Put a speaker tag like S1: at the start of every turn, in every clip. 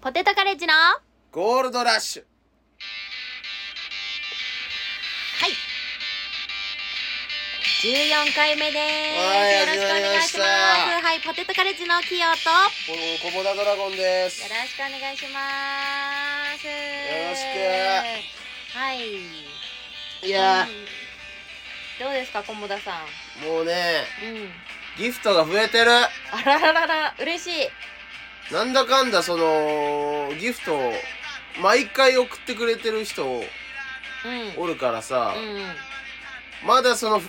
S1: ポテトカレッジの
S2: ゴールドラッシュ
S1: 14回目で
S2: は
S1: す。よ
S2: い
S1: ろしくお願いします。
S2: 始まりました
S1: はい、ポテトカレッジのキヨと、よ
S2: ここぼだドラゴンです
S1: ろしくお願いします。よ
S2: ろし
S1: く。はい。
S2: いや
S1: うんどうですか、コモダさん。
S2: ーもうね
S1: うん。
S2: ギフトが増えてる
S1: あらららら、嬉しい。
S2: なんだかんだそのギフトを毎回送ってくれてる人
S1: うん。
S2: おるからさ、
S1: うんうん。
S2: まだそのふ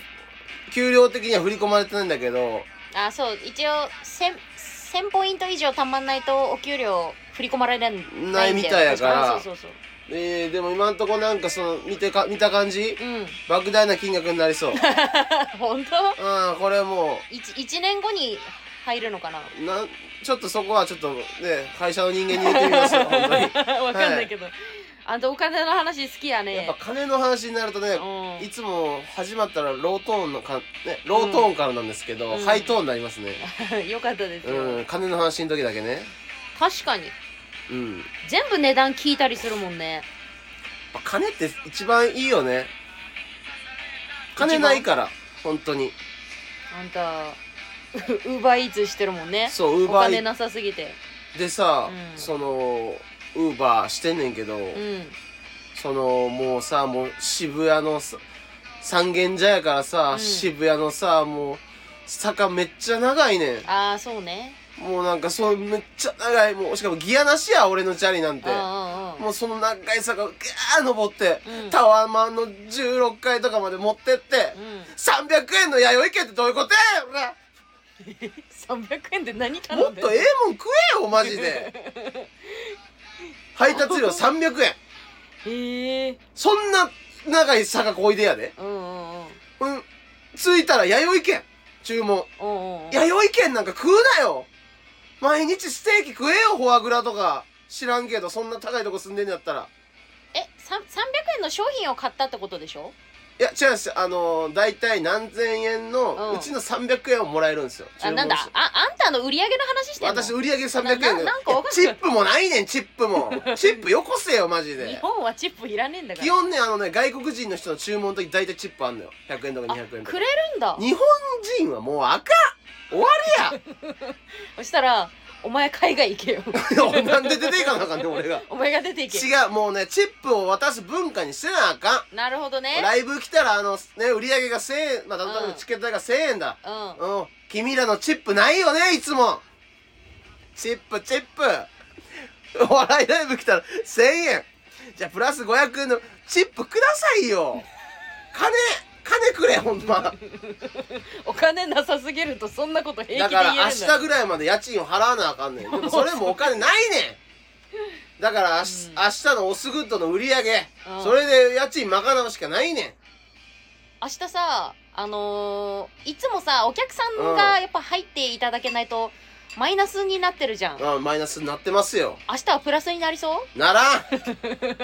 S2: 給料的には振り込まれてないんだけど
S1: あ、そう、一応、千、千ポイント以上たまんないと、お給料振り込まれないんだよ。
S2: ないみたいやから
S1: そうそうそう
S2: えー、でも今んとこなんかその見てか見た感じ
S1: そう。うん。
S2: 莫大な金額になりそううん
S1: 本当。
S2: これも
S1: 一、一年後に入るのかな。
S2: うなんちょっとそこはちょっとね会社の人間に言ってみますよ本当に やっ
S1: わかんないけど、あんたお金の話好きやね
S2: ぱ金の話になるとね
S1: うん
S2: いつも始まったらロートーンのか、ね、ロートーンからなんですけど、
S1: うん
S2: ハイトーンになりますね
S1: よかったです
S2: う
S1: よ、
S2: ん、金の話の時だけね
S1: 確かに
S2: うんやっ
S1: 全部値段聞いたりするもんね
S2: ぱ金って一番いいよね金ないから本当に
S1: あんた ウーバーイーツしてるもんね
S2: そうウー
S1: お
S2: バ
S1: 金
S2: ー
S1: なさすぎて
S2: でさ、
S1: うん
S2: そのウーバーしてんねんけど、
S1: うん
S2: そのもうさもう渋谷のさ三軒茶屋からさ、
S1: うん
S2: 渋谷のさもう坂めっちゃ長いね
S1: ああそうね
S2: んもうなんかそうめっちゃ長いもうしかもギアなしや俺のチャリなんて
S1: ああ
S2: もうその長い坂をガーッ登って、
S1: うん
S2: タワマンの16階とかまで持ってって、
S1: う
S2: 300円の弥生券ってどういうことや俺
S1: ん、300円で何
S2: も
S1: 頼
S2: っ
S1: んでんの
S2: とええもん食えよマジで 配達料300円
S1: へえ
S2: そんな長い坂こいでやで
S1: うんうんうん
S2: うん着いたら弥生券注文
S1: うんうんうん
S2: 弥生券なんか食うなよ毎日ステーキ食えよフォアグラとか知らんけどそんな高いとこ住んでんやったら
S1: えさ300円の商品を買ったってことでしょ
S2: いや違うんですよあのー、大体何千円の
S1: うん
S2: うちの300円をもらえるんですよ、
S1: あなんだ
S2: 注文して
S1: ああんたの売り上げの話してんの
S2: 私売り上げ300円
S1: なな
S2: で
S1: なんかわかんない
S2: チップもないねんチッ プもチップよこせよマジ
S1: 日
S2: で
S1: 本はチップいらねえんだから
S2: 基本ねあのね外国人の人の注文の時大体チップあんのよ100円とか
S1: あ
S2: 200円と
S1: く
S2: か
S1: れるんだ
S2: 日本人はもうあかん終わ
S1: そしたら「お前海外行けよ
S2: りやなんで出ていかなあかんねん俺が
S1: お前が出て行け
S2: 違うもうねチップを渡す文化にしてなあかん」
S1: なるほどね
S2: ライブ来たらあのね売り上げが1000円まあ例え
S1: う
S2: ば
S1: ん
S2: チケット代が1000円だ
S1: うん
S2: うん、君らのチップないよねいつもチップチップ お笑いライブ来たら1000円じゃあプラス500円のチップくださいよ金金くれほんま
S1: お金なさすぎるとそんなこと平
S2: だ
S1: 気で言え
S2: か
S1: る
S2: ら
S1: ん
S2: 明
S1: だ
S2: 日ぐらいまで家賃を払わなあかんね んでもそれもお金ないねんだから明日,、
S1: うん
S2: 明日のオスグッドの売り上げ、
S1: うん
S2: それで家賃賄うしかないね
S1: 明日さあのーいつもさお客さんがやっぱ入っていただけないとマイナスになってるじゃん
S2: ん、うん、マイナスになってますよ
S1: 明日はプラスになり そう
S2: ならん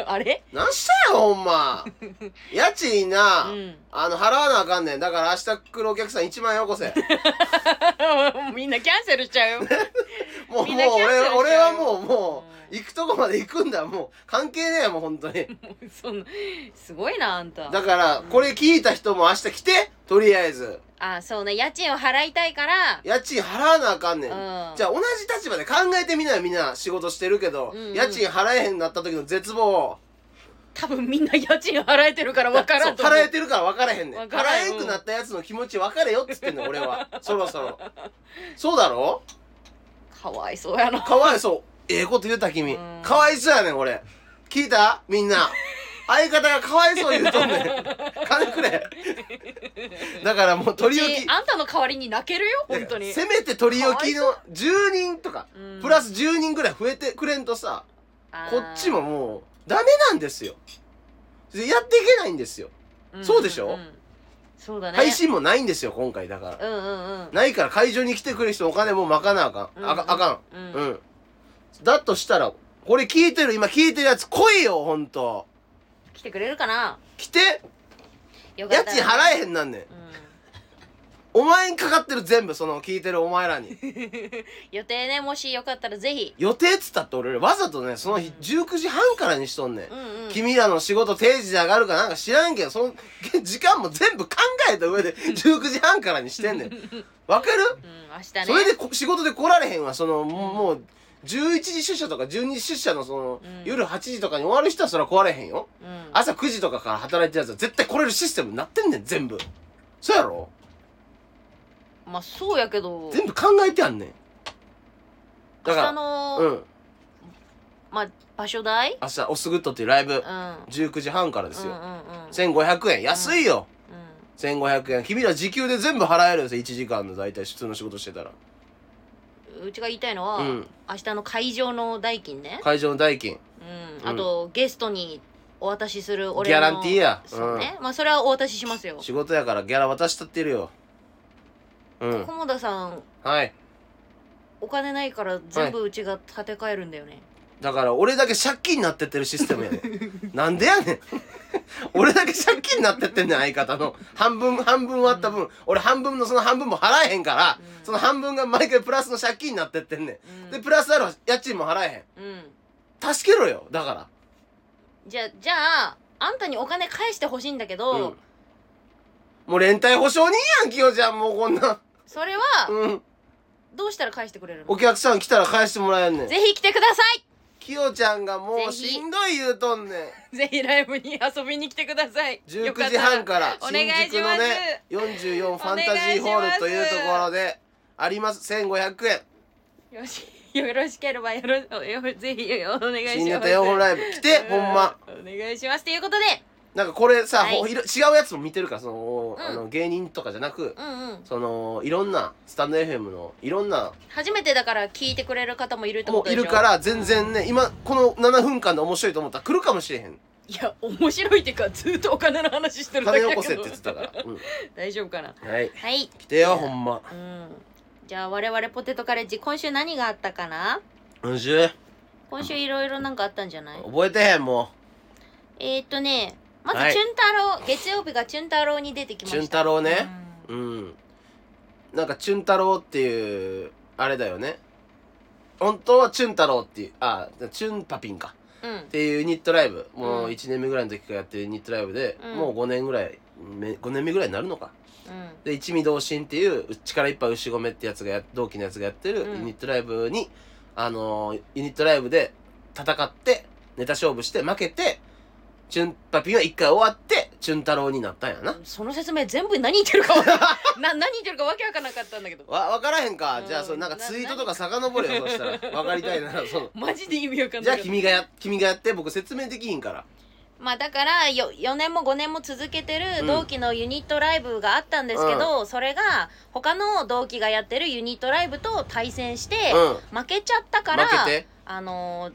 S1: あれ
S2: なんしたよほ んま家賃な、
S1: うん
S2: あの、払わなあかんねん。だから明日来るお客さん1万円よこせ。 も
S1: みんなキャンセルしちゃうよ
S2: う、もう
S1: みんなキャンセルしちゃう
S2: 俺、俺はもう、も
S1: う
S2: う、行くとこまで行くんだ。もう、関係ねえよ、もう本当に。
S1: そんなすごいなあんた
S2: だから、これ聞いた人も明日来て、とりあえず。
S1: あそうね家賃を払いたいから
S2: 家賃払わなあかんねん。
S1: うん
S2: じゃあ同じ立場で考えてみなよ、みんな仕事してるけど、
S1: うんうん
S2: 家賃払えへんなった時の絶望
S1: 多分みんな家賃払えてるから分からんと
S2: そう
S1: 思う
S2: 払えてるから分からへんねん。
S1: 分
S2: 払
S1: からん
S2: えんくなったやつの気持ち分かれよっつってんの、俺は。そろそろ。そうだろ
S1: かわいそうやな
S2: かわいそう。ええこと言うた君
S1: うん。
S2: かわいそうやねん、俺。聞いたみんな。相方がかわいそう言うとんねん。金くれ。だからもう取り置
S1: え
S2: き
S1: ー。あんたの代わりに泣けるよ本当に
S2: せめて取り置きの10人とか、プラ
S1: ス
S2: ス10人ぐらい増えてくれんとさ、こっちももう、ダメなんですよ。でやっていけないんですよ。そうでしょ
S1: そうだね
S2: 配信もないんですよ、今回だから。
S1: うんうんうん
S2: ないから会場に来てくれる人お金もうまかなあかん。あかあか。
S1: うんん
S2: うん。だとしたら、これ聞いてる、今聞いてるやつ来いよ、ほんと。
S1: 来てくれるかな
S2: 来て
S1: よか
S2: 家
S1: ったら
S2: 賃払えへんなんねん
S1: うん
S2: お前にかかってる全部その聞いてるお前らに
S1: 予定ねもしよかったらぜひ
S2: 予定っつったって俺らわざとねその日19時半からにしとんねん
S1: うんうん
S2: 君らの仕事定時で上がるかなんか知らんけどその 時間も全部考えた上で19時 半からにしてんねんわかる
S1: うん明日ね
S2: それでこ仕事で来られへんわそのもうもう11時出社とか12時出社のその、
S1: うん
S2: 夜8時とかに終わる人はそれは来られへんよ
S1: うん
S2: 朝9時とかから働いてるやつは絶対来れるシステムになってんねん全部そうやろ
S1: まあそうやけど
S2: 全部考えてやんねんだ
S1: 明日
S2: か
S1: の
S2: ら、うん
S1: まあ場所代
S2: 明日「おすぐっと」っていうライブ
S1: うんうん
S2: 19時半からです
S1: うん
S2: よ、
S1: うんうん
S2: 1500円安いよ、
S1: うん
S2: 1500円君ら時給で全部払えるんですよ1時間の大体普通の仕事してたら
S1: うちが言いたいのは、
S2: うん
S1: 明日の会場の代金ね、
S2: 会場の代金
S1: うん
S2: うん
S1: あとゲストにお渡しする俺
S2: ギ
S1: の
S2: ャランティーや
S1: そうね、まあそれはお渡ししますよ
S2: 仕事やからギャラ渡したってるようん
S1: 菰田さん
S2: はい
S1: お金ないから全部うちが建て替えるんだよね、
S2: だから俺だけ借金になってってるシステムやね んなんでやねん俺だけ借金になってってんねん相方の半分半分割った分、俺半分のその半分も払えへんから、
S1: うん
S2: その半分が毎回プラスの借金になってってんね
S1: うんん
S2: でプラスアルファ家賃も払え
S1: うん
S2: へん助けろよだか
S1: じゃじゃああんたにお金返してほしいんだけ
S2: ら
S1: ど、
S2: うんもう連帯保証人やんきよちゃんもうこん な
S1: それは
S2: うん
S1: どうしたら返してくれるの
S2: お客さん来たら返してもらえんねん
S1: ぜひ来てくださ
S2: きよちゃんがもう
S1: ぜひ
S2: しんどい言うとんね
S1: い
S2: ん
S1: ぜひライブに遊びに来てください
S2: 19
S1: よかっ
S2: 時
S1: た
S2: 半から
S1: お
S2: 新
S1: 願い
S2: 宿
S1: し
S2: の
S1: ます
S2: ね44ファンタジーホールというところであります1500円
S1: よしよろしければよろよぜひお願いします
S2: 新ネタ4本ライブ来てほんま
S1: うんお願いしますということで
S2: なんかこれさ、
S1: はい
S2: ほいろ違うやつも見てるからその,、
S1: うん
S2: あの芸人とかじゃなく、
S1: うんうん
S2: そのいろんなスタンド FM のいろんな
S1: 初めてだから聞いてくれる方もいるってこ
S2: も
S1: と
S2: う
S1: でし
S2: い
S1: ょ
S2: るから全然ね今この7分間で面白いと思ったら来るかもしれへん
S1: いや面白いっていうかずっとお金の話してるだけ
S2: 金
S1: だけど
S2: よこせって言ってたから、う、
S1: 大丈夫かなん
S2: はい
S1: はい
S2: 来てよほんま
S1: うんじゃあ我々ポテトカレッジ今週何があったかな
S2: うんしゅ
S1: 今週いろいろなんかあったんじゃない
S2: 覚えてへんも
S1: えー、っとねまず
S2: はい
S1: チュン太郎、月曜日がチュン太郎に出てき
S2: う
S1: まし
S2: チ
S1: た
S2: ュン太郎ね、
S1: う
S2: うんん。なんか、チュン太郎っていう、あれだよね。本当はチュン太郎っていう、あ、チュンパピンか。
S1: うん
S2: っていうユニットライブ。もう
S1: うん
S2: 1年目ぐらいの時からやってるユニットライブで、
S1: うん
S2: もう5年ぐらい、め5年目ぐらいになるのか。
S1: うん
S2: で、一味同心っていう、う力いっぱい牛込めってやつがや、同期のやつがやってるユ
S1: うん
S2: ニットライブに、あのーユニットライブで戦って、ネタ勝負して負けて、チュンパピンは1回終わって、チュン太郎になったんやな。
S1: その説明全部何言ってるかわ な何言ってるかわけわかんなかったんだけど
S2: わ分からへんか、
S1: うん
S2: じゃあそのなんかツイートとか遡れよそしたら 分かりたいならその
S1: マジで意味わかん
S2: じゃ
S1: な
S2: あ
S1: い
S2: 君がや君がやって僕説明できひんから
S1: まあだからよ4年も5年も続けて
S2: う
S1: る
S2: ん
S1: 同期のユニットライブがあったんですけど、それが他の同期がやってるユニットライブと対戦して
S2: うん
S1: 負けちゃったから、
S2: 負けて
S1: あのー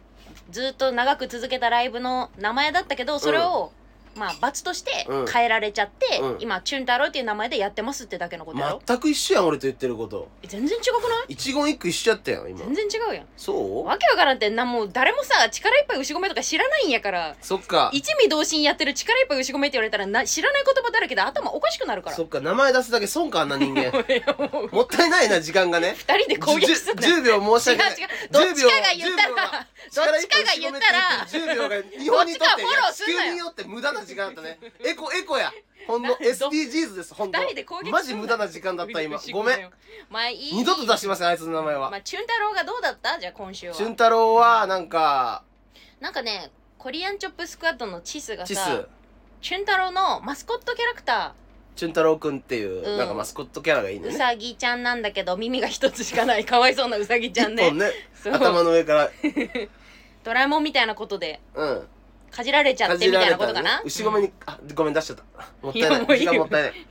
S1: ずっと長く続けたライブの名前だったけどそれを、まあ罰として
S2: うん
S1: 変えられちゃって、
S2: うん
S1: 今チュン太郎っていう名前でやってますってだけのことやろ、
S2: 全く一緒やん俺と言ってること
S1: 全然違くない
S2: 一言一句一緒やったやん今
S1: 全然違うやん
S2: そう
S1: わけわからんってなもう誰もさ力いっぱい牛込とか知らないんやから
S2: そっか
S1: 一味同心やってる力いっぱい牛込って言われたらな知らない言葉だらけで頭おかしくなるから
S2: そっか名前出すだけ損かあんな 人間
S1: もう
S2: もったいないな時間がね
S1: 二人で攻撃すんな
S2: じゅ
S1: 違う違う
S2: 10秒申し訳ない
S1: どっちかが言
S2: 10
S1: っ
S2: 秒
S1: たらどっちかが言ったら
S2: 10秒が日本にと
S1: どっ
S2: っ
S1: ちかフ
S2: て
S1: ォローすんなよ
S2: 地球によって無駄な時間だっ たねエコエコやほんの SDGs ですほんと
S1: 二人で攻撃すんな
S2: マジ無駄な時間だった今
S1: 牛込
S2: ごめん
S1: まあいい
S2: 二度と出しませんあいつの名前は、
S1: まあチュン太郎がどうだったじゃあ今週は
S2: 俊太郎はなんか
S1: なんかねコリアンチョップスクワッドのチスが
S2: チス
S1: さチュン太郎のマスコットキャラクタ
S2: 俊太郎くんっていう、
S1: うん
S2: なんかマスコットキャラがいいん
S1: ー
S2: だ
S1: う
S2: ね
S1: さぎちゃんなんだけど耳が一つしかないかわいそうなうさぎちゃん
S2: 一本
S1: ね
S2: ね
S1: そう
S2: 頭の上から
S1: ドラえもんみたいなことで
S2: うん
S1: かじられちゃってみたいなことかな
S2: 牛込めに、あごめん出しちゃったもったいない
S1: いやもういい
S2: 時
S1: よ
S2: 間もったいない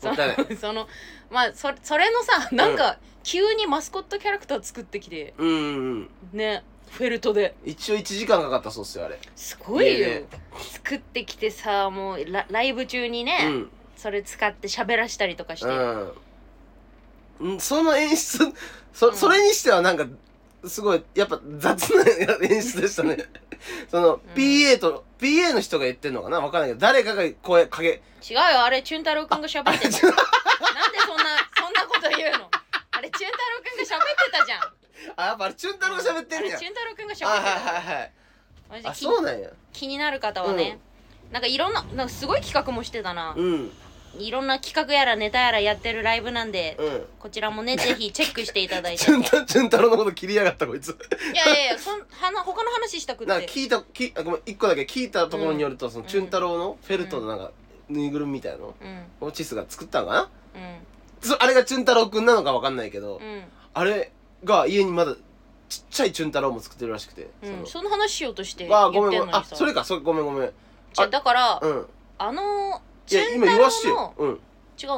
S1: そ
S2: もったいない
S1: の そのまあそそれのさなんか急にマスコットキャラクター作ってきて
S2: うんうん
S1: ねフェルトで
S2: 一応1時間かかったそうっすよあれ、
S1: すごいよ、
S2: いえいえ
S1: 作ってきてさもうラライブ中にね、
S2: うん
S1: それ使って喋らしたりとかして、
S2: うんんその演出そ,、
S1: うん
S2: それにしてはなんかすごいやっぱ雑な演出でしたねその
S1: うん
S2: PA と、PA の人が言ってんのかなわかんないけど、誰かが声かけ、
S1: 違うよあれチュン太郎くんが喋ってた なんでそんなそんなこと言うのあれチュン太郎くんが喋ってたじゃん
S2: あ、やっぱあれ、チュン太郎が喋ってるや
S1: あれ
S2: ん
S1: チュ。ン太郎くんが喋って
S2: あ、
S1: た
S2: はいはいはい。
S1: マジで
S2: あ、
S1: 気
S2: そうなんや。
S1: 気になる方はね、なんかいろんななんかすごい企画もしてたな、
S2: うん。
S1: いろんな企画やらネタやらやってるライブなんで、
S2: うん。
S1: こちらも ねぜひチェックしていただいて
S2: チュンタ、チュン太郎のこと切りやがった、こいつ。
S1: いやいやいやそんはな他の話したくって
S2: なんか聞いた、きあごめん、一個だけ聞いたところによると、その、チュン太郎のフェルトのなんか、ぬいぐるみみたいなの
S1: うん
S2: をチスが作ったのかな
S1: う
S2: そあれがチュン太郎くんなのかわかんないけど、
S1: ん
S2: あれが家にまだちっちゃいチュン太郎も作ってるらしくて。
S1: うんうん
S2: そ
S1: その話しようとして
S2: のわ
S1: 言
S2: あ、
S1: ってん
S2: ごめ
S1: のに
S2: んごめん。
S1: さ
S2: あ、それか、それごめんごめん。
S1: じゃあだから
S2: うん。
S1: あの
S2: い
S1: チ
S2: や、
S1: ュン
S2: 今
S1: 太
S2: 言わして
S1: 郎
S2: よ
S1: の。
S2: うん。
S1: 違う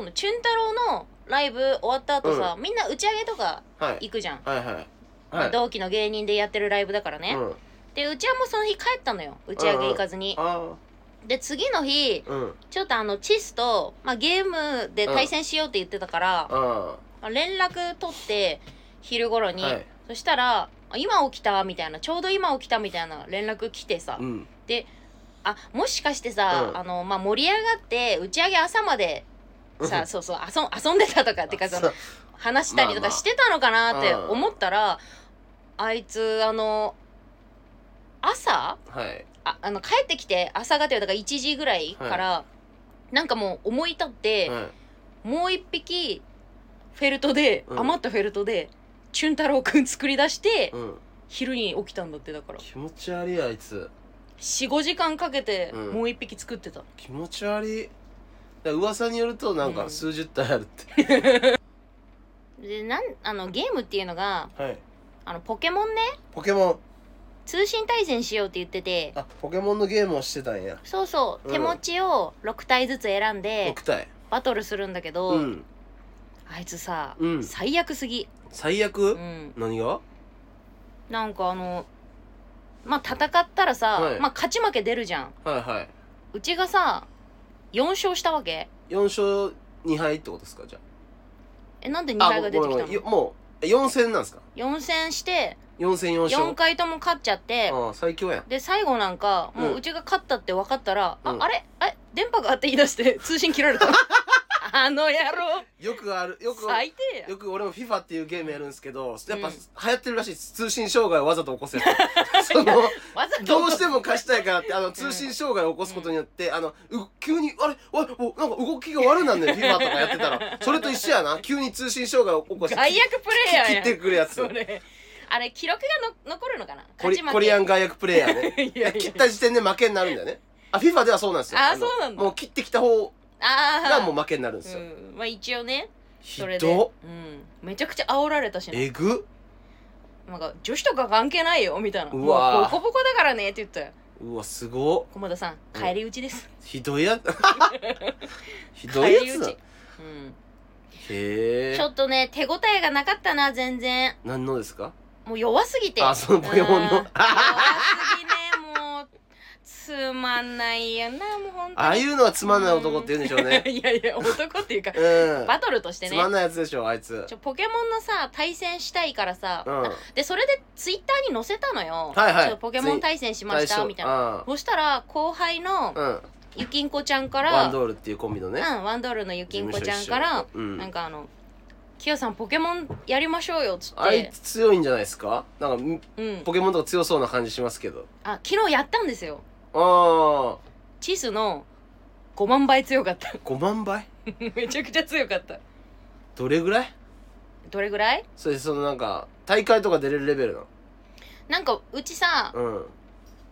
S1: のチュン太郎のライブ終わった後さ、みんな打ち上げとか
S2: はい。
S1: 行くじゃん、
S2: はいはい。はい。
S1: 同期の芸人でやってるライブだからね、
S2: うん。あ
S1: でうちはもうその日帰ったのよ打ち上げ行かずに、
S2: あ
S1: で次の日
S2: ー。うん。
S1: ちょっとあのチスと、まあ、ゲームで対戦しようって言ってたから、
S2: あ
S1: まあ連絡取って昼頃
S2: あ。
S1: に、
S2: はい。
S1: そしたら「あ今起きた」みたいなちょうど今起きたみたいな連絡来てさ、
S2: うん。
S1: あもしかしてさ、
S2: うん
S1: あのまあ、盛り上がって打ち上げ朝までさ、そうそう遊ん遊んでたとかってかその
S2: そ
S1: 話したりとかしてたのかなって
S2: まあまあ
S1: 思ったら、あいつあの朝
S2: う はい。
S1: ああの帰ってきて朝方よだから1時ぐらいから、なんかもう思い立って、
S2: はい。
S1: もう一匹フェルトで、
S2: うん
S1: 余ったフェルトでチュン太郎くん作り出して、
S2: うん。
S1: 昼に起きたんだってだから
S2: 気持ち悪い、あいつ。
S1: 45時間かけて
S2: うん
S1: もう一匹作ってた、
S2: 気持ち悪い。だから噂によると、なん
S1: う
S2: か
S1: ん
S2: 数十体あるって。
S1: でなんあのゲームっていうのが
S2: はい。
S1: あのポケモンね
S2: ポケモン。
S1: 通信対戦しようって言ってて
S2: あ、ポケモンのゲームをしてたんや。
S1: そうそう
S2: うん
S1: 手持ちを6体ずつ選んで
S2: 6体。
S1: バトルするんだけど、
S2: うん。
S1: あいつさ、
S2: うん
S1: 最悪すぎ、
S2: 最
S1: う
S2: 悪
S1: ん、
S2: 何が
S1: なんかあのまあ戦ったらさ、
S2: はい
S1: まあ、勝ち負け出るじゃん
S2: はいは
S1: うちがさ4勝したわけ
S2: い。4勝2敗ってことですかじゃ
S1: えなんで2
S2: あ。
S1: 回が出てき
S2: あ
S1: た
S2: ごめんごめんよ
S1: の
S2: もう、4戦なんですか
S1: 4戦して
S2: 4戦4勝。
S1: 4回とも勝っちゃって
S2: ああ、最強やん。
S1: で最後なんかもううんうちが勝ったって分かったら、
S2: うん
S1: ああれあれ電波があって言い出して 通信切られ たあの野郎
S2: よくある、よく、
S1: 最低や
S2: よく俺も FIFA っていうゲームやるんですけど、やっぱ
S1: うん
S2: 流行ってるらしいです。通信障害をわざと起こ せる。その、
S1: わざと
S2: どうしても貸したいからって、あの、通信障害を起こすことによって、あの、う急に、あれ、あれおなんか動きが悪なん だよ、FIFA とかやってたら。それと一緒やな。急に通信障害を起こして、
S1: 外役プレイヤー
S2: 切
S1: や
S2: っ
S1: ん
S2: てくるやつ
S1: そ。れあれ記録がの残るのかな
S2: コ
S1: 勝
S2: リ
S1: ち負け
S2: コリア
S1: ン
S2: ン外役プレイヤーね。
S1: いやいや
S2: 切った時点で負けになるんだよね。あ、FIFA ではそうなんですよ。
S1: あ
S2: の
S1: そうなんだ
S2: もう切ってきた方
S1: ああ
S2: がもう負けになるんですよ。
S1: うん、まあ一応ね
S2: ひ
S1: それで
S2: どっ
S1: うん、めちゃくちゃ煽られたしね
S2: えぐ
S1: なんか女子とか関係ないよみたいな
S2: うわー
S1: もボコボコだからねって言ったよ
S2: うわ、すごっ
S1: 駒田さん
S2: うん
S1: 帰り討ちです、
S2: ひどいや つ。ひど
S1: 帰
S2: い
S1: り
S2: やつ
S1: 討
S2: だ
S1: ち。、うん、
S2: へ
S1: ちょ
S2: え。
S1: っとね手応えがなかったな全然
S2: 何のですか
S1: もう弱すぎて
S2: あ、そのポケモン
S1: うん
S2: の
S1: 弱す。ぎねもうつまんないよなもう本当に。
S2: ああいうのはつまんない男って言うんでしょうね
S1: いやいや男っていうか
S2: うん。
S1: バトルとして
S2: つ
S1: ね
S2: まんないやつでしょ、あいつ
S1: ち。ょポケモンのさ対戦したいからさ、
S2: うん。
S1: でそれでツイッターに載せたのよ、
S2: はいはい
S1: ちょっとポケモン対戦しましたみたいな
S2: な。
S1: そしたら後輩の
S2: うん。
S1: ゆきんこちゃんから
S2: ワンドールっていうコンビのね。
S1: うん、ワンドールのゆきんこちゃん
S2: 事務所一緒
S1: から、
S2: うん
S1: なんかあの「キヨさんポケモンやりましょうよ」っつっ
S2: あい
S1: て
S2: つ強いんじゃないですかなんかん、
S1: うん、
S2: ポケモンとか強そうな感じしますけど。
S1: あ昨日やったんですよ
S2: あ
S1: チスの5万倍強かった
S2: あ、5万倍
S1: めちゃくちゃ強かった
S2: どれぐらい
S1: どれぐらい
S2: それそのなんか大会とか出れるレベルな
S1: なんかうちさ、
S2: のうん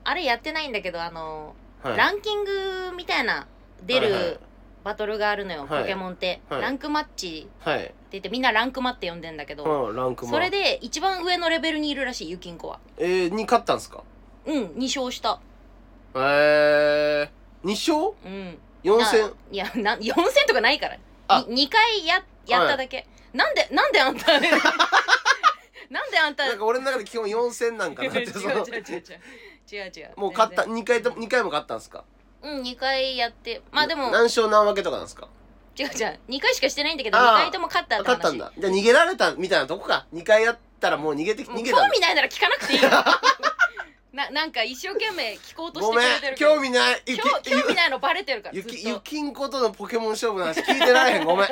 S1: あれやってないんだけどあの、
S2: はい
S1: ランキングみたいな出る、
S2: はいはい
S1: バトルがあるのよ、
S2: はい
S1: ポケモンって、
S2: はい
S1: ランクマッチって
S2: はい
S1: 言ってみんなランクマって呼んでんだけど、
S2: うんランクも
S1: それで一番上のレベルにいるらしいゆきんこは
S2: えー、に勝ったんすか
S1: うん2勝した
S2: えー、2勝
S1: うん
S2: 4戦
S1: ないやな4戦とかないから
S2: あ
S1: 2回ややっただけ、なんでなんであんた なんであんた
S2: なんか俺の中で基本4戦なんか
S1: 違
S2: な
S1: う
S2: っ
S1: 違
S2: て
S1: う
S2: その
S1: 違う違う違う違う
S2: もう勝った
S1: 全
S2: 2回と二回も勝ったんすか
S1: 然うん2回やってまあでも
S2: な何勝何分けとかなんすか
S1: 違う違う2回しかしてないんだけど2
S2: あー
S1: 回とも勝ったって
S2: 勝
S1: 話
S2: ったんだじゃあ逃げられたみたいなとこか2回やったらもう逃げてき
S1: もう
S2: 逃げ
S1: 興
S2: た
S1: 味ないなら聞かなくていいよななんか一生懸命聞こうとし
S2: ご
S1: てく
S2: め
S1: れて
S2: ん
S1: るけど
S2: 興味ないゆき
S1: 興興味ないのバレてるから
S2: ゆ
S1: ず
S2: ゆき
S1: っ
S2: ゆ
S1: と
S2: きんことのポケモン勝負の話聞いてないへん ごめん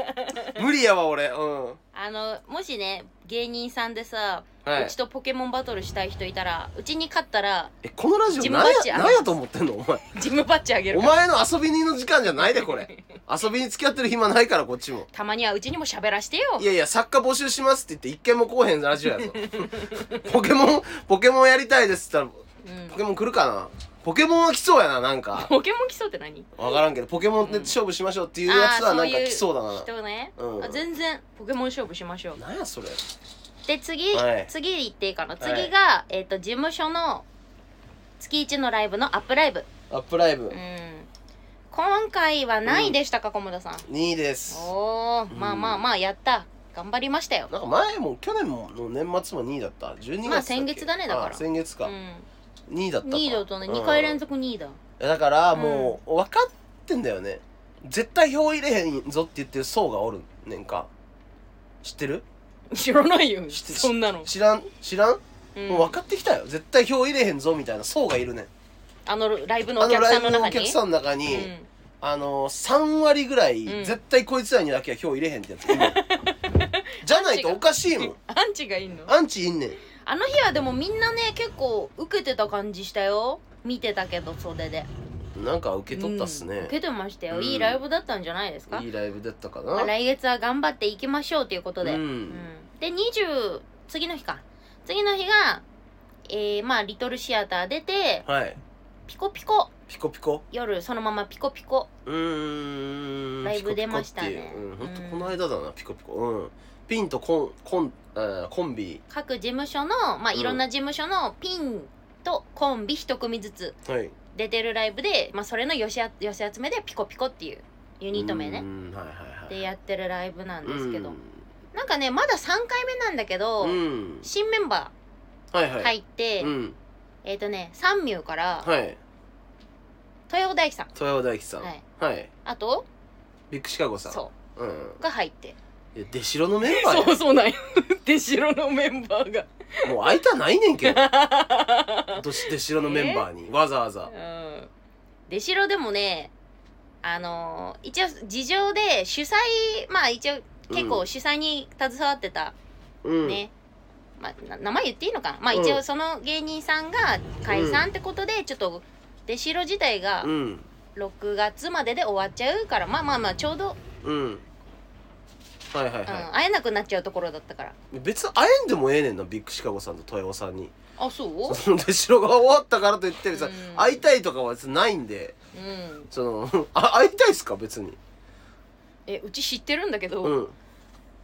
S2: 無理やわ俺うん
S1: あのもしね芸人さんでさ、
S2: はいう
S1: ちとポケモンバトルしたい人いたらうちに勝ったら
S2: えこのラジ
S1: ジ
S2: オ
S1: ム
S2: 何
S1: バッジ
S2: や
S1: ある
S2: 何やと思ってんのお前
S1: ジムバッジあげる
S2: お
S1: から
S2: 前の遊び人の時間じゃないで これ遊びに付き合ってる暇ないからこっちも
S1: たまにはうちにも喋らしてよ
S2: いやいや作家募集しますって言って一件も来おへんラジオやぞ ポケモンポケモンやりたいですって言っ
S1: う
S2: た
S1: ん
S2: らポケモン来るかなポケモンは来そうやななんか
S1: ポケモン競うって何
S2: 分からんけどポケモンで勝負しましょうっていうやつは
S1: あーそ
S2: な
S1: うんい
S2: か来そうだな
S1: 人ね、
S2: うん
S1: あ全然ポケモン勝負しましょう
S2: なんやそれ
S1: で次、
S2: はい
S1: 次行っていいかな
S2: はい
S1: 次が、えっ、と事務所の月一のライブのアップライブ
S2: アップライブ
S1: うん今回は何位でしたか、小田さん
S2: 2位です
S1: おおまあまあまあやった頑張りましたよ
S2: なんか前も去年もの年末も2位だった12月だっけ
S1: まあ先月だねだから
S2: あ先月
S1: う
S2: か、
S1: ん
S2: 2位だったか
S1: 2位だとね2回連続2位だ
S2: うんだからもう分かってんだよね絶対票入れへんぞって言ってる層がおるねんか知ってる
S1: 知らないよ
S2: 知って
S1: そんなの、
S2: 知らん知らん、
S1: うん
S2: もう分かってきたよ絶対票入れへんぞみたいな層がいるねん
S1: あのライブの
S2: あ
S1: お
S2: の
S1: 客
S2: ラ
S1: さ
S2: イ
S1: んの
S2: ブの
S1: 中
S2: お
S1: に
S2: 客さんの中に、
S1: うん
S2: あの3割ぐらい、
S1: うん
S2: 絶対こいつらにだけは票入れへんってやつ 今じゃないとおかしいもん
S1: アンチがいんの
S2: アンチいんねん
S1: あの日はでもみんなね結構受けてた感じしたよ見てたけど袖で
S2: なんか受け取ったっす
S1: うん
S2: ね
S1: 受、けてましたよ、
S2: うん
S1: いいライブだったんじゃないですか
S2: いいライブだったか
S1: まあ
S2: な
S1: 来月は頑張っていきましょうということで、
S2: うん
S1: で20次の日か次の日がえー、まあリトルシアター出て
S2: はい
S1: ピコピコ
S2: ピコピコ
S1: 夜そのままピコピコ
S2: うーん
S1: ライブ出ましたね
S2: ピコピコっていううんほんと
S1: うん
S2: この間だなピコピコうんピンとコンコン、えーコンビ
S1: 各事務所のまあ
S2: うん
S1: いろんな事務所のピンとコンビ一組ずつ
S2: はい
S1: 出てるライブで、まあ、それの寄せあ寄せ集めでピコピコっていうユニット名
S2: う
S1: ね
S2: んはいはいはい
S1: でやってるライブなんですけど、
S2: うん
S1: なんかねまだ3回目なんだけど、
S2: うん
S1: 新メンバ
S2: はいは
S1: ー
S2: い
S1: 入って、
S2: うん
S1: えっ、とね三ミューから、
S2: はい
S1: 豊尾大樹さん、
S2: 豊尾大樹さん
S1: は
S2: はいい、
S1: あと
S2: ビッグシカゴさん、
S1: そう
S2: ん、
S1: うが入って
S2: いや出城のメンバー
S1: うそうなんよ 出城のメンバーが
S2: やもう会いたないねん けどどし出城のメンバーに、わざわざ
S1: うん出城でもねあのー一応事情で主催まあ一応結
S2: う
S1: 構
S2: ん
S1: 主催に携わってた
S2: うん、
S1: ね、まあな名前言っていいのかなまあ一
S2: う
S1: 応
S2: ん
S1: その芸人さんが解散ってことでちょっと出城自体が
S2: うん
S1: 6月までで終わっちゃうからまあまあまあちょうど、
S2: うんはいはい
S1: うん、
S2: は
S1: 会えなくなっちゃうところだったから
S2: い、別に会えんでもええねんなビッグシカゴさんと豊尾さんに
S1: あそう
S2: その出城が終わったからといって別に
S1: うん
S2: 会いたいとかは別にないんで
S1: うん
S2: そのあ会いたいっすか別に
S1: えうち知ってるんだけど、
S2: うん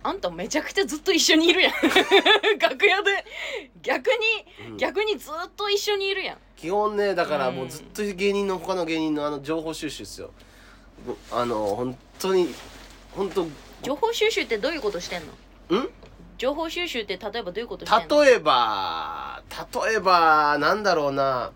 S1: あんためちゃくちゃずっと一緒にいるやん 楽屋で逆に、
S2: うん
S1: 逆にずっと一緒にいるやん
S2: 基本ねだから
S1: うん
S2: もうずっと芸人の他の芸人のあの情報収集っすよごあの本当に本当
S1: 情報収集ってどういうことしてんの
S2: ん
S1: 情報収集って例えばどういうことしてんの
S2: 例えば例えばなんだろうな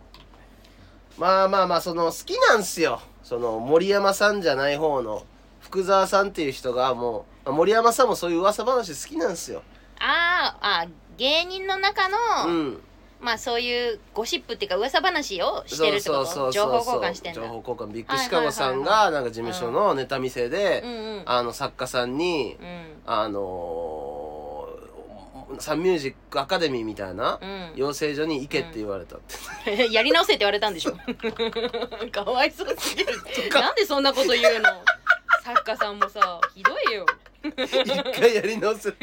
S2: まあまあまあその好きなんすよその森山さんじゃない方の福沢さんっていう人がもうまあ森山さんもそういう噂話好きなんすよ
S1: あーあー芸人の中
S2: う
S1: の、
S2: ん
S1: まあそういうゴシップっていうか噂話をしてるってこと情報交換してんだ
S2: 情報交換ビッグシカゴさんがなんか事務所のネタ見せで、
S1: うんうん
S2: あの作家さんに
S1: うん
S2: あのーサンミュージックアカデミーみたいな
S1: うん
S2: 養成所に行けって言われたって、
S1: やり直せって言われたんでしょ かわいそうすぎるなんでそんなこと言うの作家さんもさひどいよ
S2: 一回やり直す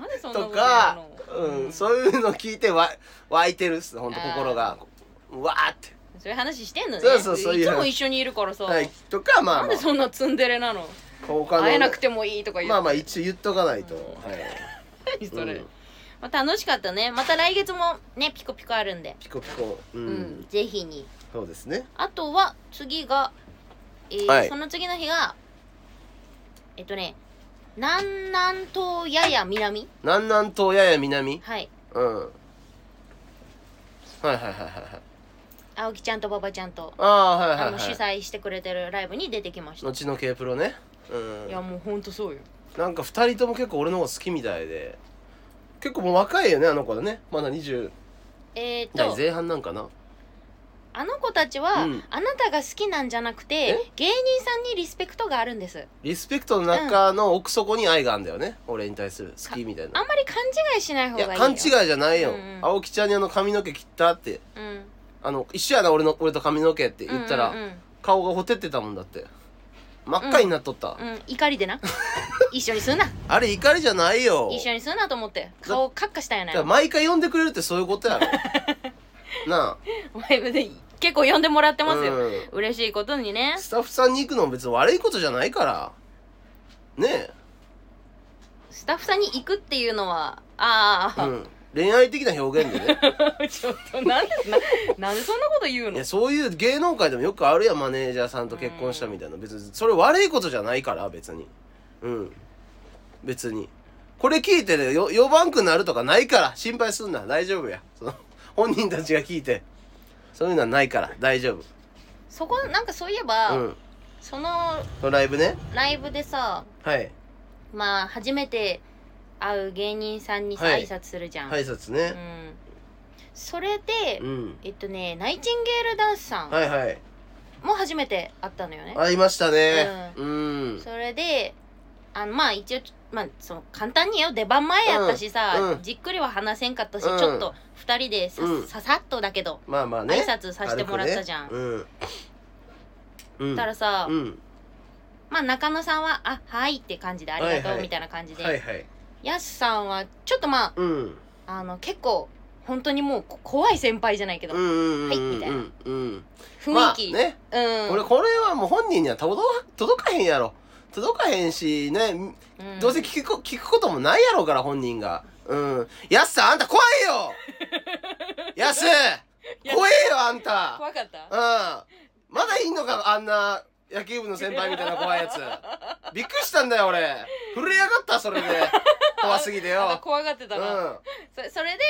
S1: なんでそんなことと言う
S2: か
S1: の、
S2: うん、そういうの聞いてわ湧いてるっす本当
S1: あー
S2: 心がうわーって、
S1: そういう話してんのね
S2: そうそうそういう
S1: つも一緒にいるからさ、
S2: はい、とかまあ
S1: なん
S2: ま
S1: で
S2: あ
S1: そんなツンデレなの
S2: 他の
S1: 会えなくてもいいとか言う
S2: まあまあ一応言っとかないと、
S1: うん
S2: はい、
S1: 何 それ、
S2: うん
S1: まあ、楽しかったねまた来月もねピコピコあるんで、
S2: ピコピコうん、
S1: うんぜひに
S2: そうですね
S1: あとは次が、えー
S2: はい
S1: その次の日がえっとね南南東やや南
S2: 南南東やや南
S1: はい
S2: うんはいはいはいはいはい
S1: 青木ちゃんと馬場ちゃんと
S2: ああはいは
S1: あ
S2: い
S1: の
S2: は
S1: 主
S2: い
S1: 催してくれてるライブに出てきました、
S2: 後の K プロねうん
S1: いやもうほんとそうよ
S2: なんか2人とも結構俺の方が好きみたいで結構もう若いよねあの子だねまだ20
S1: えーっ
S2: 何
S1: と
S2: 前半なんかな
S1: あの子たちは、
S2: うん
S1: あなたが好きなんじゃなくて
S2: え
S1: 芸人さんにリスペクトがあるんです
S2: リスペクトの中の奥底に愛があるんだよね、俺に対する好きみたいな
S1: あんまり勘違いしない方
S2: い
S1: がい
S2: や
S1: いよ
S2: 勘違いじゃないよ、
S1: うんうん
S2: 青木ちゃんにあの髪の毛切ったって
S1: うん、
S2: あの一緒やな俺の俺と髪の毛って言ったら、
S1: うんうん
S2: 顔がほてってたもんだって真っ赤になっとった、
S1: うんうん怒りで な一緒にすんな
S2: あれ怒りじゃないよ
S1: 一緒にすんなと思って顔カッカしたんやな
S2: だ
S1: い
S2: から毎回呼んでくれるってそういうこ とやろなあ
S1: お前で結構呼んでもらってますよ、
S2: うん
S1: 嬉しいことにね
S2: スタッフさんに行くのも別に悪いことじゃないからね
S1: スタッフさんに行くっていうのはあ
S2: え、う
S1: あ、
S2: ん、恋愛的な表現でね
S1: ちょっとなんでななんでそんなこと言う
S2: い
S1: の
S2: やそういう芸能界でもよくあるやんマネージャーさんと結婚したみたいな別にそれ悪いことじゃないから別にうん別にこれ聞いてねよ4番くなるとかないから心配すんな大丈夫やその本人たちが聞いてそういうのはないから大丈
S1: そこなんかそういえば、
S2: 夫うん
S1: その
S2: そのライブね
S1: ライブでさ
S2: はい
S1: まあ初めて会う芸人さんにさ、
S2: はい
S1: 挨拶するじゃん、
S2: 挨拶
S1: う
S2: ね
S1: ん、それで、
S2: うん
S1: えっとねナイチンゲールダンスさん
S2: はいはい
S1: も初めて会ったのよね、
S2: 会いましたねうん、
S1: それであのまあ一応まあその簡単によ出番前やったしさ、
S2: うんうん
S1: じっくりは話せんかったし、
S2: うん
S1: ちょっと2人でさ,、
S2: うん
S1: ささっとだけど
S2: まあまあね
S1: 挨拶させてもらったじゃん、
S2: 軽くねうんうん
S1: たらさ、
S2: うん
S1: まあ中野さんは「あはい」って感じで「ありがとう
S2: はいは」い
S1: みたいな感じで、
S2: はいはい
S1: やすさんはちょっとまあ
S2: うん
S1: あの結構本当にもうこ怖い先輩じゃないけど、
S2: うんうんうん
S1: はいみたいな
S2: うん
S1: 雰囲気、
S2: まあね
S1: うん
S2: 俺これはもう本人には届か届かへんやろ届かへんしね、
S1: うん
S2: どうせ聞くこ聞くこともないやろうから本人がうんやすさんあんた怖 いよやす怖えよあんた
S1: 怖かった
S2: うんまだいんのかあんな野球部の先輩みたいな怖い やつびっくりしたんだよ俺震えやがった それで怖すぎて
S1: あ
S2: よ
S1: 怖がってたな、
S2: う
S1: そそれで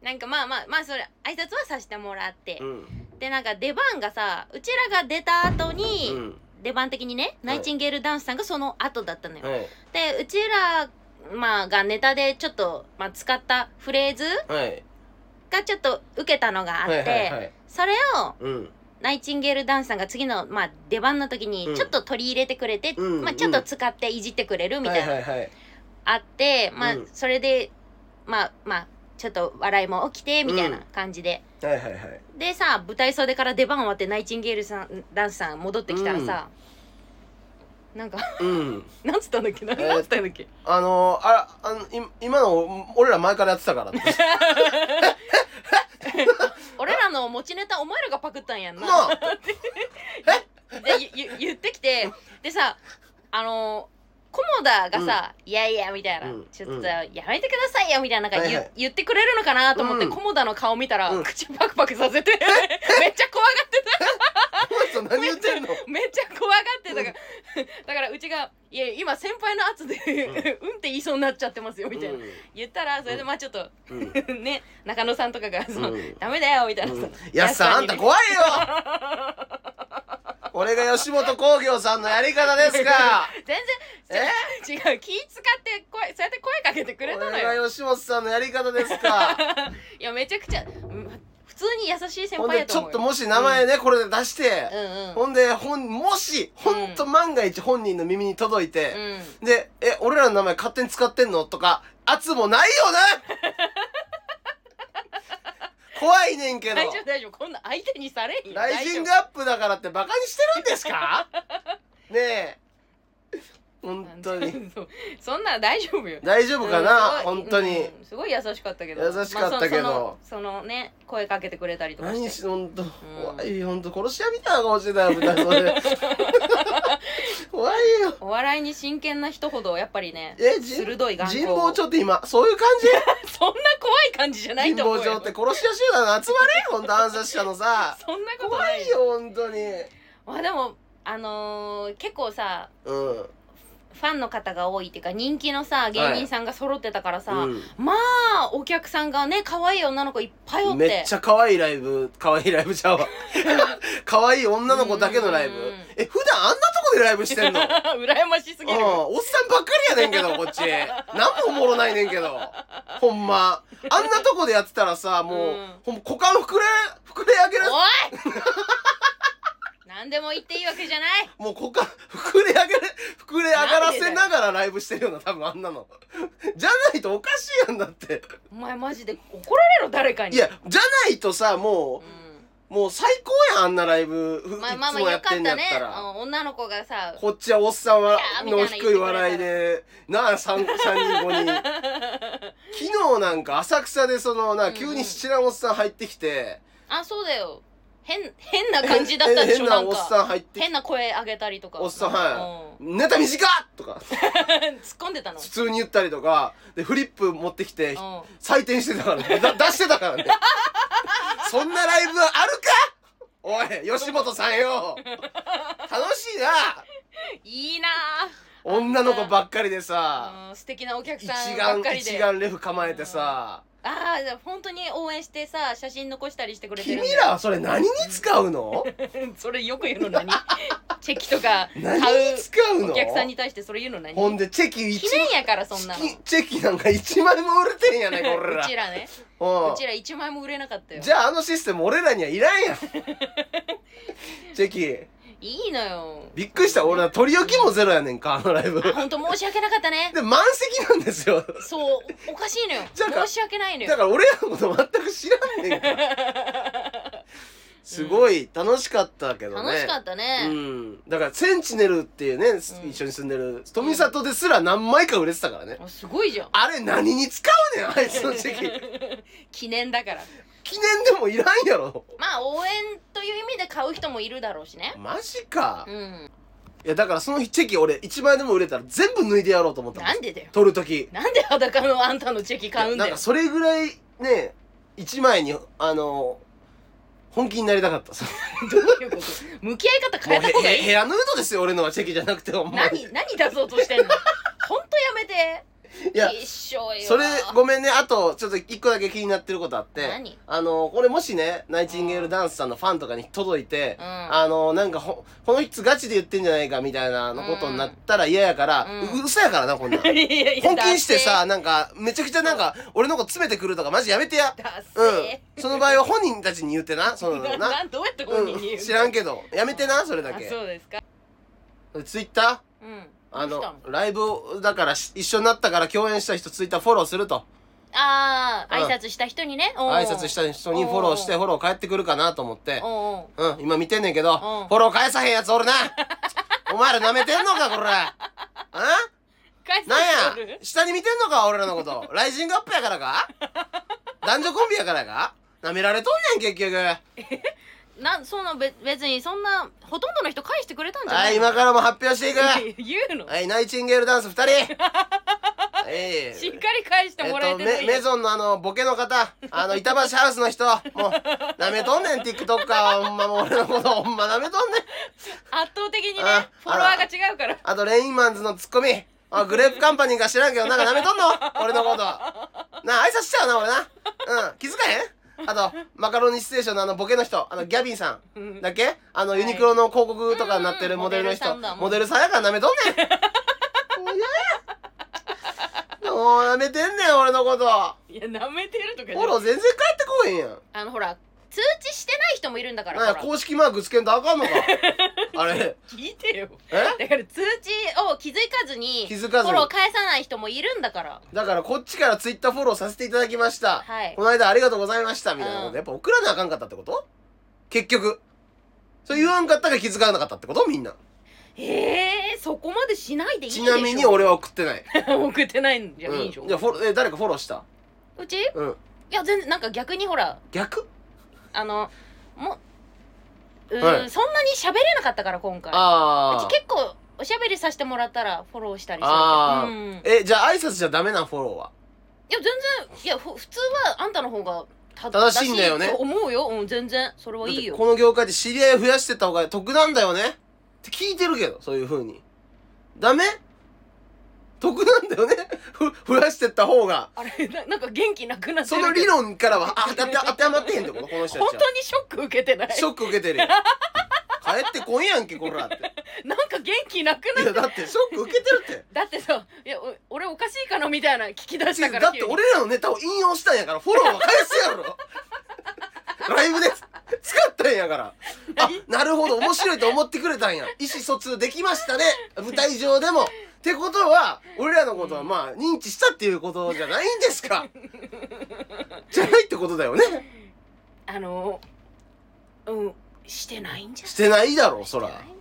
S1: なんかまあまあまあそれ挨拶はさせてもらって、
S2: んうん
S1: でなんか出番がさうちらが出た後に、
S2: うん
S1: 出番的にねナイチンゲールダンスさんがその後だったのよ、
S2: はい
S1: でうちらまあがネタでちょっと、まあ、使ったフレーズ
S2: はい
S1: がちょっと受けたのがあっ
S2: は
S1: て、
S2: いはいはい
S1: それを
S2: うん
S1: ナイチンゲールダンスさんが次の、まあ、出番の時
S2: う
S1: に
S2: ん
S1: ちょっと取り入れてくれて、
S2: うん
S1: まあ、ちょっと使っていじってくれるみた
S2: はいい
S1: な、
S2: はいはい
S1: あってまあ、
S2: うん
S1: それでまあまあちょっと笑いも起きてみたいな感じで、
S2: はいはいはい
S1: でさ舞台袖から出番終わってナイチンゲールさんダンスさん戻ってきたらさ、なんか
S2: うん
S1: なんつったんだっけな
S2: えー
S1: なんつったんだっけ
S2: あのーああのい今の俺ら前からやってた からってな
S1: 俺らの持ちネタお前らがパクったんやんな
S2: あ
S1: でゆゆ言ってきてでさあのーコモダがさ「いやいや」みたいな、
S2: うん
S1: ちょっと
S2: うん
S1: やめてくださいよ」みたいななんか言,、
S2: はいはい
S1: 言ってくれるのかなと思って、
S2: うん
S1: コモダの顔見たら、
S2: うん
S1: 口パクパクさ せてめっちゃ怖がってた
S2: この人何言ってんの
S1: めっちゃ怖がってたから、だからうちが「いや今先輩の圧でうんって言いそうになっちゃってますよ」みたいな、言ったらそれでまあちょっと、
S2: うんうん
S1: ね中野さんとかがその、
S2: うん
S1: ダメだよ」みたいなさ、
S2: うんやっさんあんた怖いよ 俺が吉本興業さんのやり方です か
S1: 全然違う違う気使って声そうやって声かけてくれたの
S2: 俺
S1: よ
S2: が吉本さんのやり方です か
S1: いやめちゃくちゃうん普通に優しい先
S2: ほん
S1: 輩
S2: で
S1: やと
S2: ちょ
S1: 思
S2: っ
S1: う
S2: と
S1: よ
S2: もし名前ねこれで出して、
S1: うんうん
S2: ほんでほんもしほんと万が一本人の耳に届いて、
S1: うん
S2: で、え、俺らの名前勝手に使ってんのとか、圧もない よね怖いねんけど。
S1: 大丈夫大丈夫こんな相手にされんよ
S2: ライジング
S1: 大丈
S2: アップだからってバカにしてるんです かねえ。
S1: 夫
S2: 本当に。
S1: そうそんなん大丈夫よ
S2: 大丈夫かな、
S1: うん
S2: 本当に。
S1: うんすごい優しかったけど
S2: 優しかったけど
S1: まあそそのそのね声かけてくれたりとか
S2: 何
S1: して
S2: し、ほんと、怖い、ほんと、殺し屋みたいな顔してたよ、豚、それ。 怖いよ。
S1: お笑いに真剣な人ほどやっぱりね
S2: え、人
S1: 鋭い眼光
S2: 神保町って今、そういう感じ
S1: そんな怖い感じじゃ ない
S2: 神
S1: と思
S2: 保
S1: う
S2: 町
S1: よ
S2: って殺し屋集団の集まれほんと、暗殺者のさ。
S1: そんなこと
S2: 怖
S1: ない
S2: よ、ほんとに。
S1: まあでもあのー結構さ
S2: うん。
S1: ファンの方が多いっていうか人気のさ芸人さんが揃ってたからさ、
S2: うん
S1: まあお客さんがね可愛い女の子いっぱいおって
S2: めっちゃ可愛いライブ可愛いライブちゃ うわ可愛い女の子だけのライブ
S1: うん
S2: え普段あんなとこでライブしてんのうん
S1: 羨ましすぎる
S2: おっさんばっかりやねんけどこっち何もおもろないねんけどほんまあんなとこでやってたらさもう、
S1: うん
S2: ほんま股間膨れ膨れ上げる
S1: おい何でも言っていいわけじゃない
S2: もう股間膨れ上げる膨れ上がらせながらライブしてるような多分あんなのじゃないとおかしいやんだって
S1: お前マジで怒られろ誰かに
S2: いやじゃないとさもう
S1: う
S2: もう最高やんあんなライブ、ふ
S1: ん、まあまあまあ
S2: いつもや
S1: よ
S2: っ
S1: か
S2: て
S1: っ
S2: んだ
S1: た
S2: っ
S1: ね
S2: たら、
S1: うん女の子がさ
S2: こっちはおっさんは
S1: キャーみたいなの
S2: の
S1: 言ってく
S2: 低
S1: れ
S2: い
S1: たら
S2: 笑いでなあ 3, 三人5人昨日なんか浅草でその
S1: うんう
S2: なん急に知らんおっさん入ってきて、
S1: あそうだよ変変な感じだったでしょ
S2: 変
S1: な
S2: なんおっ
S1: か
S2: さん入ってきて
S1: 変な声上げたりとか
S2: おっさん
S1: は
S2: はネタ短っとか
S1: い、うん 突っ込んでたの
S2: 普通に言ったりとかでフリップ持ってきて
S1: うん
S2: 採点してたから ねだ出してたからねそんなライブあるかおい吉本さんよ楽しいない
S1: いな
S2: 女の子ばっかりでさ、
S1: あ、うん、素敵なお客
S2: 一
S1: さんばっ
S2: 眼
S1: かり
S2: 一
S1: で
S2: 眼レフ構えてさ、
S1: ああ本当に応援してさ写真残したりしてくれて
S2: 君
S1: るんだよ
S2: らはそれ何に使うの
S1: それよく言うの 何チェキとか買
S2: 何
S1: う
S2: に使うの
S1: お客さんに対してそれ言うの何
S2: ほんでチェキ一
S1: 記念やからそんなの
S2: チチェキなんか一枚も売れてんやないか俺
S1: う
S2: ら
S1: ちらね
S2: うん
S1: うちら1枚も売れなかったよ
S2: じゃああのシステム俺らにはいらんやんチェキ
S1: いいのよ
S2: びっくりした俺ら取り置きもゼロやねんかあのライブ
S1: あ本当申し訳なかったね
S2: で満席なんですよ
S1: そうおかしいのよ
S2: じゃあ
S1: 申し訳ないの
S2: だ
S1: よ
S2: から俺らのこと全く知らん ねんからすごい楽しかったけどね
S1: 楽しかったね、
S2: うん、だからセンチネルっていうね、す
S1: うん
S2: 一緒に住んでる富里ですら何枚か売れてたからね、
S1: あすごいじゃん
S2: あれ何に使うねんあいつ の時期
S1: 記念だから
S2: 記念でもいらんやろ
S1: まあ応援という意味で買う人もいるだろうしね
S2: マジか、
S1: う
S2: い
S1: ん
S2: やだからそのチェキ俺1枚でも売れたら全部脱いでやろうと思ったもん
S1: なんでだよ
S2: 取る時
S1: なんで裸のあんたのチェキ買うん
S2: な
S1: だ
S2: ん
S1: よ
S2: かそれぐらいね1枚にあの本気になりたかったそ
S1: どういうこと向き合い方変え
S2: もう
S1: た方が
S2: へ
S1: いい
S2: へヘアヌードですよ俺のはチェキじゃなくてほんまにい
S1: 何何出そうとしてん の本当やめて
S2: や
S1: 一生よ
S2: それごめんねあとちょっと1個だけ気になってることあって
S1: 何
S2: あのこれもしねナイチンゲールダンスさんのファンとかに届いて、
S1: うん
S2: あのなんかほこの人ガチで言ってんじゃないかみたいなのことになったら嫌やから、
S1: う
S2: うん嘘やからなこんな
S1: い
S2: ん
S1: やいや
S2: 本気にして
S1: だっ
S2: さなんかめちゃくちゃなんか俺のこと詰めてくるとかマジやめてや
S1: せだっせ
S2: うんその場合は本人たちに言ってなその
S1: な
S2: な、
S1: ん どうやって本人に言
S2: う、
S1: うんの
S2: 知らんけどやめてなそれだ
S1: あ
S2: け
S1: そうですか
S2: ツイッター
S1: うん
S2: あ
S1: どう
S2: の
S1: した
S2: ライブだからし一緒になったから共演した人ツイッターフォローすると
S1: ああ
S2: うん
S1: 挨拶した人にね
S2: 挨拶した人にフォローして
S1: おう
S2: フォロー返ってくるかなと思って
S1: おうおう
S2: うん、今見てんねんけど、
S1: ん
S2: フォロー返さへんやつお るな。お前ら舐めてんのか、これ。あ
S1: 返す
S2: なん
S1: 人お
S2: や
S1: る
S2: 下に見てんのか、俺らの こと。ライジングアップやからか男女コンビやからか舐められとんね ん、結局。
S1: なんそんなべ別にそんなほとんどの人返してくれたんじゃな
S2: はいい、今からも発表していく。は
S1: 言うの
S2: い、ナイチンゲールダンス 二人。はい。
S1: しっかり返して
S2: えっ
S1: もらえ
S2: と、
S1: てな
S2: メ
S1: い
S2: メゾンのあの、ボケの方、あの、板橋ハウスの人、 もう、舐めとんねん、TikToker は、ほんま、もう俺のこと、ほんま舐めとんねん。
S1: 圧倒的にね
S2: あ
S1: フォロワーが違うから
S2: あと、レインマンズのツッコミ。あ、グレープカンパニーか知らんけど、なんか舐めとんの俺のこと。なあ、挨拶しちゃうな、俺な。うん、気づかへんあと、マカロニステーションのあの、ボケの人、あの、ギャビンさんだっけあの、
S1: はい
S2: ユニクロの広告とかになってるモデルの
S1: うん
S2: 人
S1: うんモデルさんだも、ん
S2: モデルさんやから舐めとんねん。もう嫌や。もう舐めてんねん、俺のこと。
S1: いや舐めてるとかじゃ
S2: フォロー全然返ってこへんやん。
S1: あのほら通知してない人もいるんだから
S2: なんや、
S1: ほら
S2: 公式マークつけんとあか んのか。あれ、
S1: 聞いてよ
S2: え
S1: だから通知を気づかずに
S2: 気づ
S1: フ
S2: かず
S1: ォ
S2: に
S1: ロー返さない人もいるんだから
S2: だからこっちからツイッターフォローさせていただきました、
S1: はい
S2: この間ありがとうございましたみたいなこと、
S1: うん
S2: やっぱ送らなあかんかったってこと結局それ言わんかったから気づかなかったってことみんな
S1: えー、そこまでしないでいいでし
S2: ち
S1: ょ
S2: なみに俺は送ってない、
S1: 送ってないんじゃ
S2: うん
S1: いいでしょ、う
S2: じゃあフォローえ誰かフォローした
S1: ち
S2: うん
S1: いや全然なんか逆にほら
S2: 逆
S1: あのもううーん、
S2: はい
S1: そんなに喋れなかったから今回う
S2: あ
S1: ち
S2: あ
S1: 結構おしゃべりさせてもらったらフォローしたりする
S2: あ
S1: から
S2: あ、
S1: うんいや
S2: えじゃあ挨拶じゃダメなフォローは
S1: 全然いやふ普通はあんたの方がた
S2: 正しいんだよね
S1: と思うよ、うん、全然それはいい
S2: だって
S1: よ
S2: この業界で知り合い増やしてった方が得なんだよねって聞いてるけどそういう風にダメ得なんだよね。ふ増やしてった方が。
S1: あれななんか元気なくなって
S2: そ
S1: る
S2: の理
S1: 論
S2: 論からは、あ、当て、当てはまってへんってことこの人
S1: 本
S2: た
S1: 当
S2: ち
S1: にショック受けてない
S2: は。ショック受けてるよ。帰ってこんやんけ、こ らって。
S1: なんか元気なく
S2: い
S1: な
S2: や、
S1: って
S2: だってショック受けてるって。
S1: だってさ「いやお俺おかしいかな」みたいな聞き出したから
S2: だって俺らのネタを引用したんやからフォローは返すやろ ライブで使ったんやからあなるほど面白いと思ってくれたんや意思疎通できましたね舞台上でもってことは俺らのことはまあ認知したっていうことじゃないんですかじゃないってことだよね
S1: あのうんしてないんじゃ
S2: してないだろそら
S1: ないだろ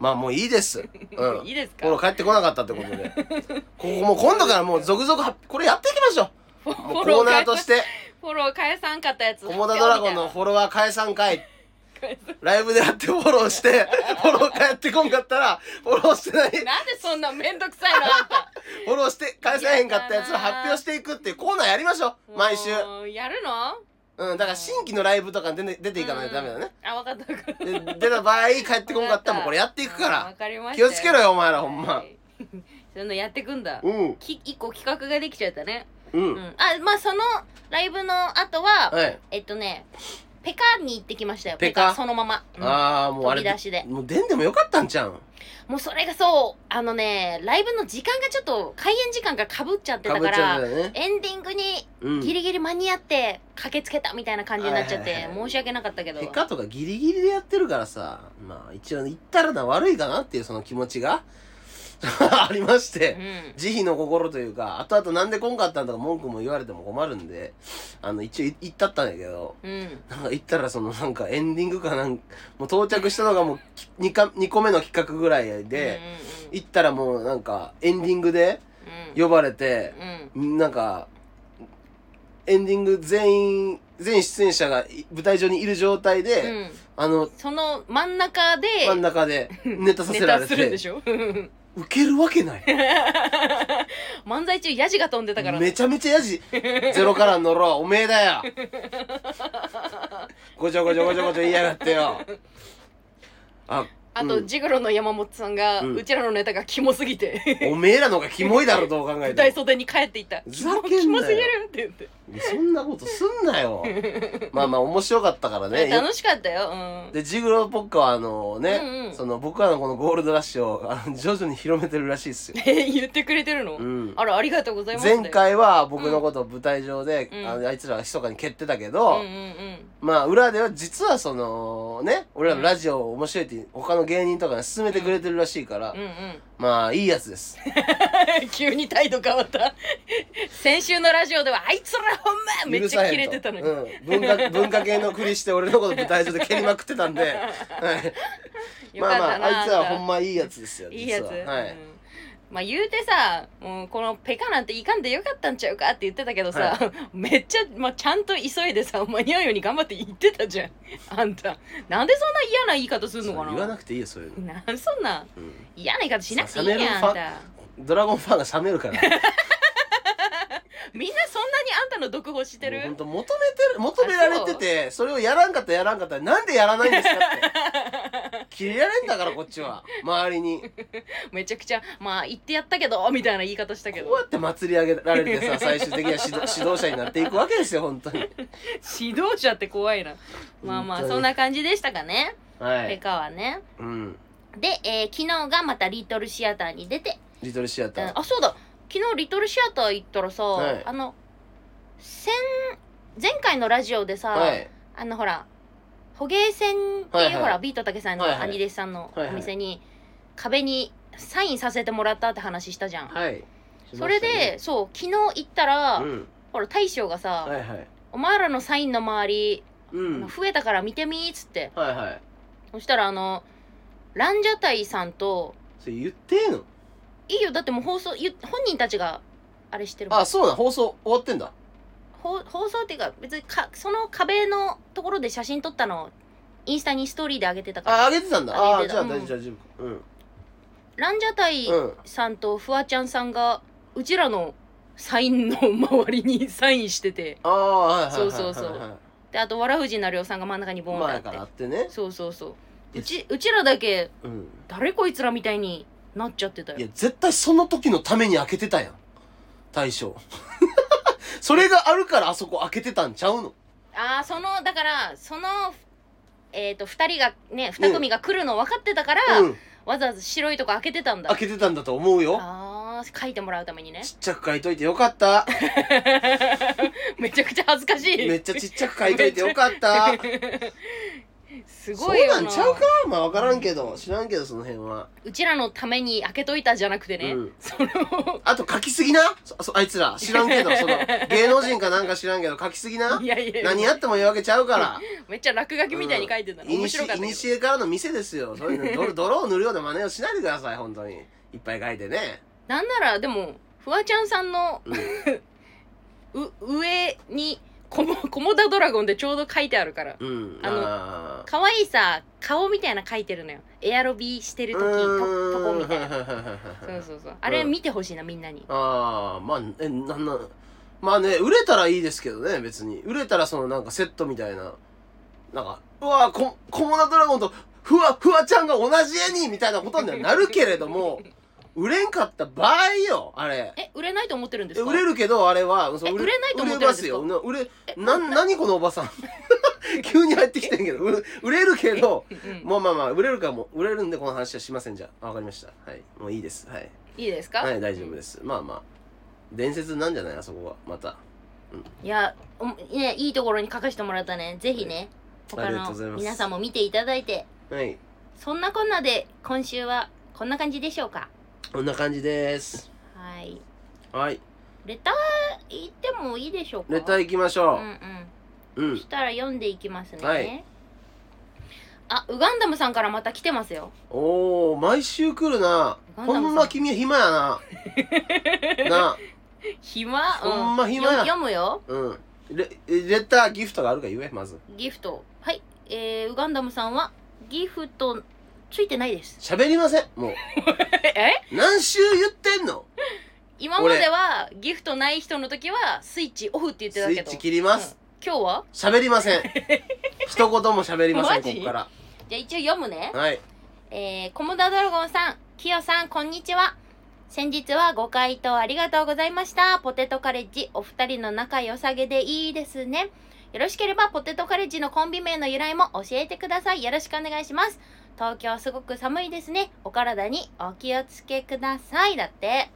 S2: まあもういいですうんフ
S1: いいですか
S2: ォロー帰ってこなかったってこと でここもう今度からもう続々発これやっていきましょ
S1: フォ
S2: うもう
S1: ロ
S2: コー
S1: ー
S2: ナ
S1: 返
S2: ーとして
S1: フォロー返さんかったやつ
S2: コモダド ラゴンのフォロワー返さんかい
S1: 返さ
S2: ライブでやってフォロ ーして、フォロー返ってこんかったら、フォローしてない、フ
S1: なんでそんなめんどくさいのあんた
S2: ォローして返せへんかったやつを発表していくっていうコーナーやりましょう。 毎週。
S1: もうやるの
S2: うん、だから新規のライブとかに出て出ていかないとダメだね。
S1: あ分かった分かった
S2: で出た場合、帰ってこんかったらもうこれやっていくか
S1: あわ
S2: ら。
S1: かりました
S2: 気をつけろ
S1: よ
S2: よ、お前ら、ほんま。
S1: そのやってくんだ
S2: うん、
S1: き一個企画ができちゃったね
S2: う。
S1: うんんあまあそのライブの後は、
S2: はい。
S1: えっとねペカに行ってきましたよ
S2: ペカ
S1: そのまま、うん
S2: ああ、もうあれ。
S1: 飛び出しで
S2: もう出んでもよかったんじゃん。
S1: もうそれがそうあのねライブの時間がちょっと開演時間がかぶっちゃって
S2: か
S1: た
S2: ぶ
S1: か
S2: っちゃう
S1: ら
S2: んだよね。
S1: エンディングに
S2: うん。
S1: ギリギリ間に合って駆けつけたみたいな感じになっちゃって、
S2: はいはいはい
S1: 申し訳なかったけど
S2: ペカとかギリギリでやってるからさ、まあ一応言ったらな悪いかなっていうその気持ちが ありまし
S1: う
S2: て、
S1: ん
S2: 慈悲の心というか、後々なんでこんかったんとか文句も言われても困るんで、あの一応い言ったったんやけど、
S1: うん
S2: なんか言ったらそのなんかエンディングかなんか、もう到着したのがもう 2, か2個目の企画ぐらいで、
S1: うんうん
S2: 行ったらもうなんかエンディングで
S1: うん
S2: 呼ばれて、
S1: うん
S2: なんか、エンディング全員、全出演者がい舞台上にいる状態で、
S1: うん
S2: あの、
S1: その真ん中で
S2: 真ん中でネタさせられて
S1: ネタするんでしょ
S2: ウケるわけない
S1: 漫才中ヤジが飛んでたから
S2: め
S1: ね
S2: ちゃめちゃやじゼロからの ろおめえだよごちょごちょごちょごちょ言いやがってよあ
S1: あと、
S2: うん
S1: ジグロの山本さんが、
S2: う
S1: うんちらのネタがキモすぎて
S2: おめえらのがキモいだろどう考え
S1: 舞
S2: て
S1: 台
S2: も
S1: 袖に帰っていった
S2: ふ
S1: キ
S2: ざ
S1: モ
S2: けんなよ
S1: キモすぎるって言って
S2: そんなことすんなよまあまあ面白かったからね
S1: 楽しかったよ、うん、
S2: でジグロポッカはあのね、
S1: うんうん
S2: その僕らのこのゴールドラッシュをあの徐々に広めてるらしいっすよ、
S1: え 言ってくれてるの、
S2: うん、
S1: あらありがとうございます
S2: 前回は僕のことを舞台上で、
S1: うん
S2: あのあいつらが密かに蹴ってたけ
S1: う
S2: ど、
S1: んうんうん
S2: まあ裏では実はそのね俺らのラジオ面白いって他の芸人とかに勧めてくれてるらしいから、
S1: うんうん
S2: まあいいやつです
S1: 急に態度変わった 先週のラジオではあいつらほんま めっちゃ切れてたのに、
S2: 許さへんとうん、文化文化系のふりして俺のこと舞台上で蹴りまくってたんで、はい、
S1: よ
S2: ま
S1: か
S2: あ
S1: っ
S2: ま
S1: たな
S2: ああいつはほん
S1: ん
S2: まいいやつですよ
S1: いいやつ、
S2: 実ははい、
S1: うんまあ言うてさもうこのペカなんていかんでよかったんちゃうかって言ってたけどさ、 めっちゃ、まあ、ちゃんと急いでさ間に合うように頑張って言ってたじゃんあんたなんでそんな嫌な言い方する
S2: そ
S1: の
S2: う
S1: かな
S2: 言わなくていいよそういうの、
S1: なんそんな
S2: うん
S1: 嫌な言い方しなくていいやん
S2: さ
S1: あんた
S2: ドラゴンファンが冷めるから
S1: みんなそんなにあんたの独歩して
S2: もうほん
S1: る
S2: と求めてる求められててそれをやらんかったらやらんかったらなんでやらないんですかって切れられんだからこっちは周りに
S1: めちゃくちゃまあ言ってやったけどみたいな言い方したけど
S2: こうやって祭り上げられてさ最終的には指導指導者になっていくわけですよ本当に
S1: 指導者って怖いなまあまあ
S2: 本当に
S1: そんな感じでしたかね、
S2: は
S1: ペ
S2: い、
S1: カはね
S2: うん、
S1: で、えー昨日がまたリトルシアターに出て、
S2: リトルシアタ
S1: うん
S2: ー
S1: あそうだ昨日リトルシアター行ったらさ、
S2: はい
S1: あの先前回のラジオでさ、
S2: はい
S1: あのほら捕鯨船っていう、
S2: はいはい
S1: ほらビートたけさんの
S2: はいはい
S1: 兄弟子さんの
S2: はいはい
S1: お店に、壁にサインさせてもらったって話したじゃん、
S2: はいしましたね
S1: それで、そう昨日行ったら、
S2: うん
S1: ほら大将がさ、
S2: はいはい
S1: お前らのサインの周り、
S2: うんはい
S1: 増えたから見てみーっつって
S2: はい
S1: そしたらあのランジャタイさんと
S2: それ言ってえの
S1: いいよだってもう放送ゆ本人たちがあれしてるもん
S2: あそうなん放送終わってんだ
S1: ほ放送っていうか別にかその壁のところで写真撮ったのをインスタにストーリーで上げてたから
S2: ああげてたんだあ
S1: あ
S2: あ
S1: げ
S2: ー
S1: て
S2: じゃ
S1: た
S2: あ
S1: う
S2: 大
S1: ん
S2: 丈夫大丈夫うん
S1: ランジャタイ
S2: うん
S1: さんとフワちゃんさんがうちらのサインの周りにサインしてて
S2: ああはいはいはい
S1: そうそうそう
S2: はいはい
S1: であとわらふじなりおさんが真ん中にボーン
S2: 前
S1: って
S2: か
S1: あ
S2: らあ
S1: っ
S2: ってね
S1: てそうそうそううちうちらだけ
S2: うん
S1: 誰こいつらみたいになっちゃってたよ
S2: いや、絶対その時のために開けてたやん。大将。 それがあるからあそこ開けてたんちゃうの
S1: ああそのだからそのえっ、と2人がね2組が来るの分かってたから、
S2: うん。
S1: わざわざ白いとこ開けてたんだ
S2: 開けてたんだと思うよ。
S1: ああ書いてもらうためにね
S2: ちっちゃく書いといてよか った。
S1: めちゃくちゃ恥ずかしい
S2: めっちゃちっちゃく書いといてよかった。
S1: す
S2: そ
S1: ごいうよ
S2: なんちゃうかまあわからんけど、知らんけどその辺は。
S1: うちらのために開けといたじゃなくてね、
S2: うん
S1: それを
S2: あと書きすぎなそそあいつら。知らんけど、その、芸能人かなんか知らんけど書きすぎない
S1: やいや
S2: 何やっても言うわけちゃうから。
S1: めっちゃ落書きみたいに書いてたの、
S2: うん
S1: 面白かった
S2: い
S1: け
S2: に
S1: ど
S2: しえからの店ですよ。そういうの泥泥を塗るような真似をしないでください、本当に。いっぱい書いてね。
S1: なんならでもフワちゃんさんの
S2: うん
S1: う上にコモ「コモダドラゴン」でちょうど書いてあるから
S2: うん。
S1: あの
S2: の、
S1: 可愛いさ顔みたいな書いてるのよエアロビしてる時ポポコみたいな
S2: な。
S1: そうそうそうあれ見てほしいなみんなに
S2: ああ、まあ、え、なんなん、まあね、売れたらいいですけどね、別に。売れたらそのなんかセットみたいな、なんか、うわーこ、コモダドラゴンと、ふわ、ふわちゃんが同じ絵にみたいなことにはなるけれども、売れんかった場合よ、あれ。
S1: え売れないと思ってるんです
S2: え
S1: か
S2: 売れるけど、あれは、そ
S1: え売れないと思ってる
S2: 売れま
S1: んですすか
S2: よ。な売れ、な、なにこのおばさん。 急に入ってきてんけど、売れ売れるけど、
S1: うんうん
S2: まあまあまあ、売れるかも、売れるんでこの話はしませんじゃあ。わかりました。はい。もういいです。はい。
S1: いいですか
S2: はい、大丈夫です。まあまあ。伝説なんじゃないあそこは。また。
S1: いやおねいいところに書かせてもらったねぜひね
S2: はい
S1: 他
S2: ありがとうござい
S1: の
S2: ます
S1: 皆さんも見ていただいて
S2: はい。
S1: そんなこんなで今週はこんな感じでしょうか
S2: こんな感じです。
S1: はい
S2: はい。
S1: レター行ってもいいでしょうか
S2: レター行きまし
S1: うん
S2: ょ
S1: うん
S2: う。うん。
S1: そしたら読んでいきますね、
S2: はい
S1: あウガンダムさんからまた来てますよ
S2: おお毎週来るな。
S1: ガンダム
S2: ほ
S1: さん
S2: んま君は暇やな。な。
S1: 暇うん
S2: ほんま暇や
S1: 読むよ
S2: うん。レ、レター、ギフトがあるか言え、まず。
S1: ギフトはいえー、ウガンダムさんはギフトついてないです
S2: 喋りません。もう。
S1: え
S2: 何週言ってんの
S1: 今まではギフトない人の時はスイッチオフって言ってた
S2: スイ
S1: け
S2: ッ
S1: ど
S2: チ切ります。
S1: うん今日は
S2: 喋りません。一言も喋りません、
S1: マ
S2: こ
S1: ジ
S2: こから。
S1: じゃあ一応読むね
S2: はい。
S1: えー、コモダドラゴンさん、キヨさん、こんにちは。先日はご回答ありがとうございました。ポテトカレッジ、お二人の仲良さげでいいですね。よろしければ、ポテトカレッジのコンビ名の由来も教えてください。よろしくお願いします。東京すごく寒いですね。お体にお気をつけください。だって。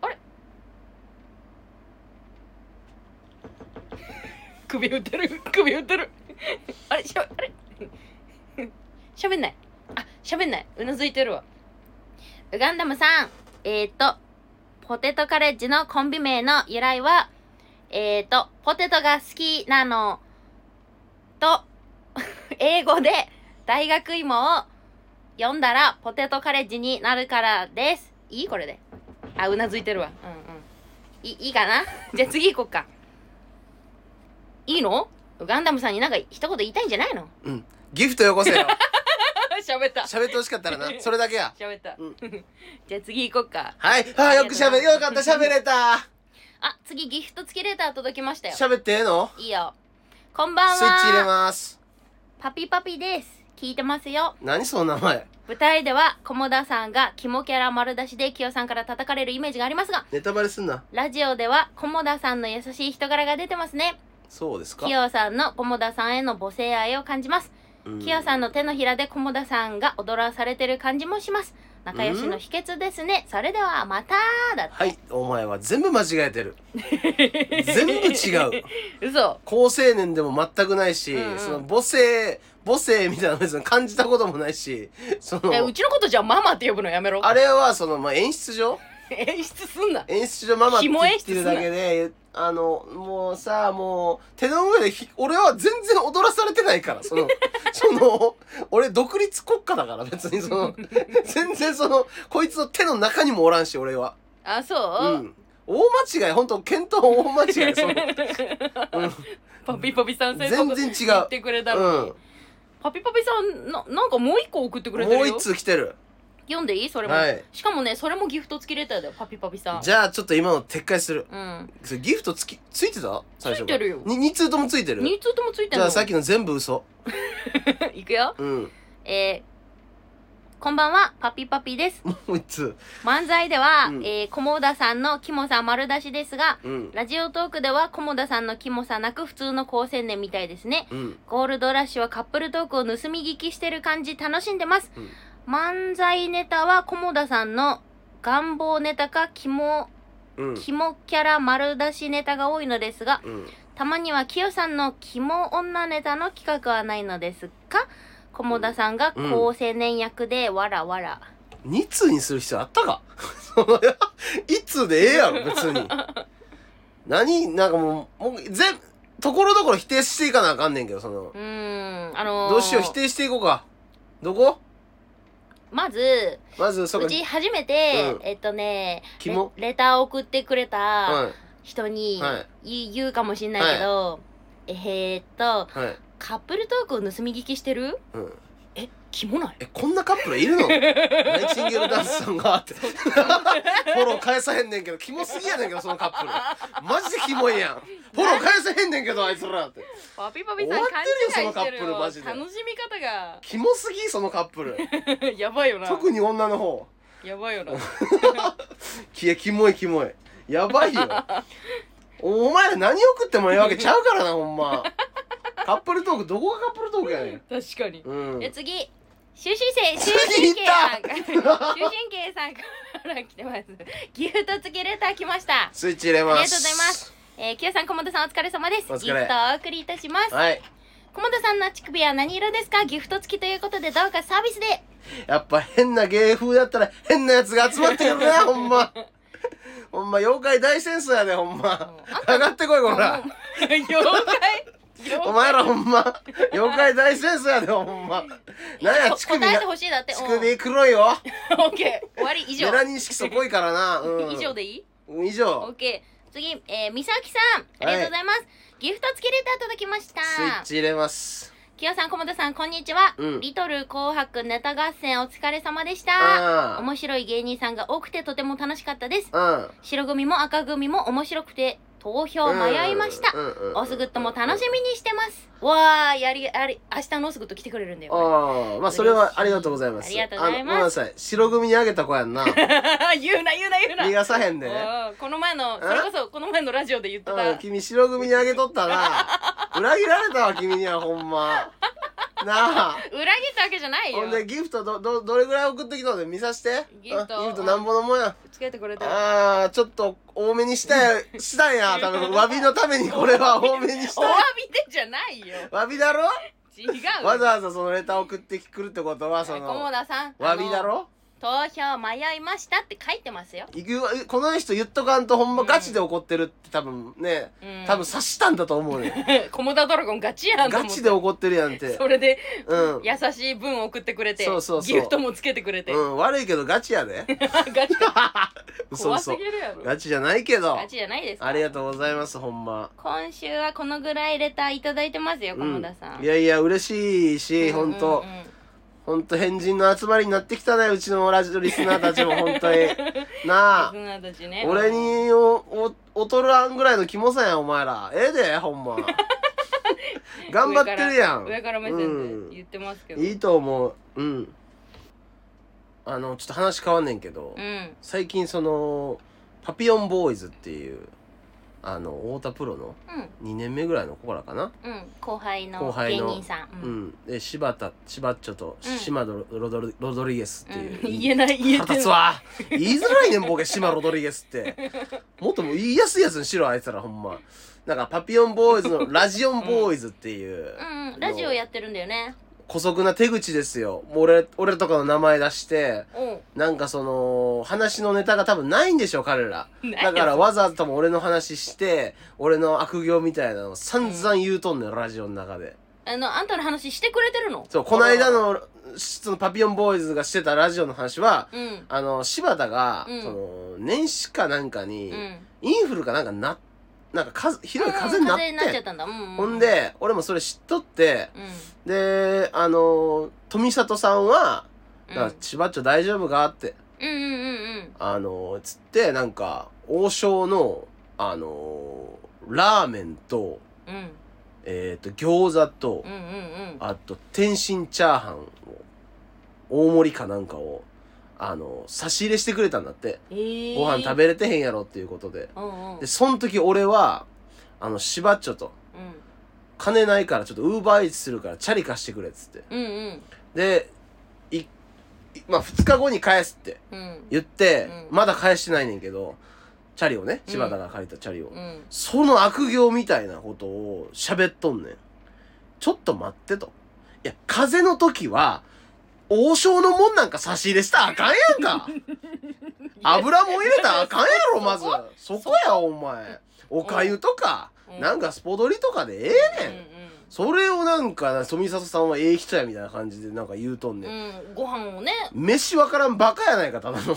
S1: あれ 首打ってる。首打ってる。あれしゃ、あれ喋んない。あ、喋んない。うなずいてるわ。ウガンダムさん、えっ、ー、と、ポテトカレッジのコンビ名の由来は、えっ、ー、と、ポテトが好きなのと、 英語で大学芋を読んだらポテトカレッジになるからです。いいこれで。あ、うなずいてるわ。うんうん。いいいかな じゃあ次行こっか。いいのウガンダムさんになんか一言言いたいんじゃないの
S2: うん。ギフトよこせよ。
S1: 喋った。
S2: 喋ってほしかったらな。それだけや。
S1: 喋った、
S2: うん
S1: じゃあ次行こっか
S2: はい。あーよく喋れ、よかった、喋れた。
S1: あ次ギフト付きレター届きましたよ
S2: 喋ってええの
S1: いいよこんばん
S2: スイッチ入れ
S1: は
S2: ます。
S1: パピパピです聞いてますよ
S2: 何その名前。
S1: 舞台では菰田さんがキモキャラ丸出しでキヨさんから叩かれるイメージがありますが
S2: ネタバレすんな。
S1: ラジオでは菰田さんの優しい人柄が出てますね
S2: そうですか
S1: キヨさんの菰田さんへの母性愛を感じます
S2: うん
S1: キヨさんの手のひらで菰田さんが踊らされてる感じもします仲良しの秘訣ですねそれではまただって
S2: はい、お前は全部間違えてる。全部違う。
S1: 嘘
S2: 高青年でも全くないし、
S1: うんうん
S2: その母性、母性みたいなの別に感じたこともないし、 そ
S1: えう
S2: の、
S1: ちのことじゃあママって呼ぶのやめろ
S2: あれはその、まあ、演出上
S1: 演出すんな
S2: 演出上ママって
S1: 紐演
S2: 言っ
S1: 出
S2: てるだけで、あの、もうさ、もう、手の上でひ、俺は全然踊らされてないから、その、その、俺独立国家だから別にそ の、全然その、こいつの手の中にもおらんし、俺は。
S1: あそうう、
S2: ん。大間違い、本当検討大間違い、その、うん
S1: パピパピさんせ
S2: 全然違う
S1: 言ってくれたのに、
S2: うん
S1: パピパピさんななんかもう一個送ってくれて
S2: もう
S1: るよ
S2: 一通来てる。
S1: 読んでいいそれも、
S2: はい
S1: しかもねそれもギフト付きレターだよパピパピさん
S2: じゃあちょっと今の撤回する。
S1: うん
S2: それギフトつき、ついてた最初
S1: ついてるよ
S2: 2通ともついてる。
S1: 2通ともついてん
S2: じ
S1: の
S2: ゃあさっきの全部嘘。
S1: いくよ
S2: うん。
S1: えーこんばんは、パピパピです。
S2: もう一つ。
S1: 漫才では、
S2: うん
S1: えー、コモダさんのキモさ丸出しですが、
S2: うん。
S1: ラジオトークではコモダさんのキモさなく普通の高青年みたいですね。
S2: うん。
S1: ゴールドラッシュはカップルトークを盗み聞きしてる感じ楽しんでます。
S2: うん
S1: 漫才ネタはコモダさんの願望ネタかキモ、
S2: うん。
S1: キモキャラ丸出しネタが多いのですが、
S2: うん。
S1: たまにはキヨさんのキモ女ネタの企画はないのですかコモダさんが高青年役でわらわら。
S2: 二通にする必要あったか その一通でええやろ、別に。何なんかもう、もう全、ところどころ否定していかなあかんねんけど、その
S1: う、ーん、あのー
S2: どうしよう、否定していこうか。どこ
S1: まず、
S2: まず、そう
S1: う
S2: か、
S1: ち初めて、
S2: うん
S1: えっとね、
S2: キ
S1: レ
S2: モ
S1: レターを送ってくれた
S2: は
S1: 人に
S2: は
S1: 言う言うかもしんないけど、えーっと、
S2: い。はい。
S1: カップルトークを盗み聞きしてる
S2: うん。
S1: え、キモない
S2: え、こんなカップルいる のナイチンゲールダンスさんがって。フォロー返さへんねんけど、キモすぎやねんけど、そのカップル。マジでキモいやん。フォロー返さへんねんけど、あいつらって。
S1: パピパピさん
S2: 終わ
S1: 勘
S2: ってる
S1: 違
S2: よ
S1: いしてる
S2: そのカップルマジで
S1: 楽しみ
S2: キモすぎ、そのカップル。
S1: 方が やばいよな
S2: 特に女の方。
S1: やばいよな
S2: きえ、キモいキモい。やばいよ。お前ら何送ってもええわけちゃうからな、ほんま。カップルトーク、どこがカップルトークやねん。
S1: 確かに
S2: うん。
S1: で次終身 生終
S2: 次
S1: 身
S2: い
S1: 刑
S2: た
S1: さんから 終身刑さんから来てますギフト付きレター来ました
S2: スイッチ入れます。
S1: ありがとうございます。えー、キヨさん、駒田さんお疲れ様です。
S2: お疲
S1: ギ
S2: れ
S1: フトをお送りいたします。
S2: はい。
S1: 駒田さんの乳首は何色ですかギフト付きということで、どうかサービスで。
S2: やっぱ変な芸風だったら変なやつが集まってくる な、ほんま。ほんま、妖怪大戦争やで、ほんま。上がってこい、こら。
S1: もう 妖怪妖
S2: お前らほんま、妖怪大戦争やで、ほ んま。なんや、乳首
S1: 答え
S2: な
S1: て、ほしいだって。
S2: 乳 首黒いよ。
S1: うんオッケー。終わり、以上
S2: メ。ラニン色素濃いからな。うん。
S1: 以上でいい
S2: うん。以
S1: オッ
S2: 上。
S1: ケー。次、えー、みさきさん、ありがとうございます。ギフト付きレター届きました。
S2: スイッチ入れます。
S1: キヨさん、駒田さん、こんにちは。
S2: うん
S1: リトル紅白ネタ合戦お疲れ様でした。
S2: あ
S1: 面白い芸人さんが多くてとても楽しかったです。
S2: あ。うん。
S1: 白組も赤組も面白くて投票迷いました。オスグッドも楽
S2: い。
S1: しみにしてます。わー、やり、やり、明日のオスグッド来てくれるんだよ。
S2: ああ、まあそれはありがとうございます。
S1: 嬉しいありがとうございます
S2: あのごめんなさい。白組にあげた子や んな。
S1: 言うな、言うな、言うな。
S2: 逃がさへんで。
S1: おーこの前の、それこそこの前のラジオで言って
S2: うん、
S1: た。
S2: 君白組にあげとっ たな。裏切られたわ、君にはほんま。なあ。
S1: 裏切ったわけじゃないよ
S2: ほん。でギフトど、ど、どれぐらい送ってきたので見さして。
S1: ギフト
S2: うんギフトなんぼのもんや。
S1: つけてくれた。
S2: ああ、ちょっと多めにし たや、したんや。多分、詫びのためにこれは多めにし
S1: お詫
S2: たんや。
S1: びでじゃないよ。
S2: 詫びだろ
S1: 違う。
S2: わざわざそのレター送ってくるってことは、そ
S1: 小
S2: の、
S1: 田さん。
S2: 詫びだろ
S1: あの投票迷いましたって書いてますよ。
S2: いくわこの人言っとかんとほんまガチで怒ってるって多分ね、
S1: うん
S2: 多分察したんだと思 うね。
S1: 小田ドラゴンガチやんと
S2: ガ
S1: 思って
S2: チで怒ってるやんって。
S1: それで
S2: うん。
S1: 優しい文を送ってくれて
S2: そうそうそう
S1: ギフトもつけてくれて、
S2: うん、悪いけどガチや で。
S1: ガチ
S2: 嘘
S1: 怖す
S2: 嘘
S1: ぎ。るやろ
S2: ガチじゃないけど。
S1: ガチじゃないですか
S2: ありがとうございます、ほんま。
S1: 今週はこのぐらいレターいただいてますよ
S2: う
S1: 駒
S2: ん
S1: 田さん、、
S2: いやいや、嬉しいし、ほんと、ほんと変人の集まりになってきたね、うちのラジオリスナーたちも、ほ んとに。なあ、
S1: 女たちね
S2: 俺におお劣らんぐらいのキモさやん、お前ら。ええで、ほんま。頑張ってるやん。
S1: 上から上から目線で言ってますけど
S2: うん、いいと思う。うん。あの、ちょっと話変わんねんけど。
S1: うん
S2: 最近そのパピヨンボーイズっていうあの太田プロの
S1: うん
S2: 2年目ぐらいの子らかな、
S1: うん後輩の
S2: 後
S1: 芸
S2: 輩の
S1: 人さん
S2: うんで柴田柴っちょと
S1: うん
S2: 島ロ,、ロドリロドリゲスっていう、
S1: うん言えない言え
S2: 腹
S1: て
S2: 立つ
S1: ない
S2: わ言いづらいねんボケ島ロドリゲスってもっともう言いやすいやつにしろあいつらほんまなんかパピヨンボーイズのラジオンボーイズっていう、
S1: うんうんラジオやってるんだよね
S2: 姑息な手口ですよもう俺俺とかの名前出して
S1: うん
S2: なんかその話のネタが多分ないんでしょ彼らだからわざわざ多分俺の話して、俺の悪行みたいなのを散々言うとんねん、ラジオの中で。
S1: あのあんたの話してくれてるの
S2: そう、この間の、そのパピヨンボーイズがしてたラジオの話は、
S1: うん
S2: あの、柴田が、
S1: うん
S2: その、年始かなんか
S1: う
S2: に、
S1: ん
S2: インフルかなんかな、なんか風、ひどい風邪になっ
S1: 風になっち
S2: て、
S1: ゃったんだうんうん
S2: ほんで、俺もそれ知っとって、
S1: うん
S2: で、あの、富里さんは、
S1: う
S2: だ
S1: ん
S2: から、千葉っちょ大丈夫かって、
S1: うんうんうん
S2: あの、つって、なんか、王将の、あの、ラーメンと、
S1: うんうん
S2: えっ、と、餃子と
S1: う、んうんうん
S2: あと、天津チャーハンを大盛りかなんかをあの差し入れしてくれたんだって
S1: えー、
S2: ご飯食
S1: べ
S2: べれてへんやろっていうことで
S1: うんうん
S2: でその時俺はあのしばっちょと
S1: う
S2: 金ないからちょっとウーバーイーツするからチャリ貸してくれっつって
S1: んうん
S2: でいいまあ2日後に返すって
S1: うんうん
S2: 言って、
S1: うん
S2: まだ返してないねんけどチャリをね柴田が借りたチャリを、
S1: うん
S2: その悪行みたいなことを喋っとんねん。ちょっと待ってと。いや、風邪の時は、王将のもんなんか差し入れしたらあかんやん か油もん入れたらあかんやろ、まず
S1: そ。
S2: そこや、お前。おかゆとか、
S1: うん
S2: なんかスポドリとかでええねん。それをなんか、富里さんはええ人やみたいな感じでなんか言うとん
S1: うんう
S2: ねん。
S1: ん、うん、ご飯をね
S2: 飯わからんバカやないか、ただの。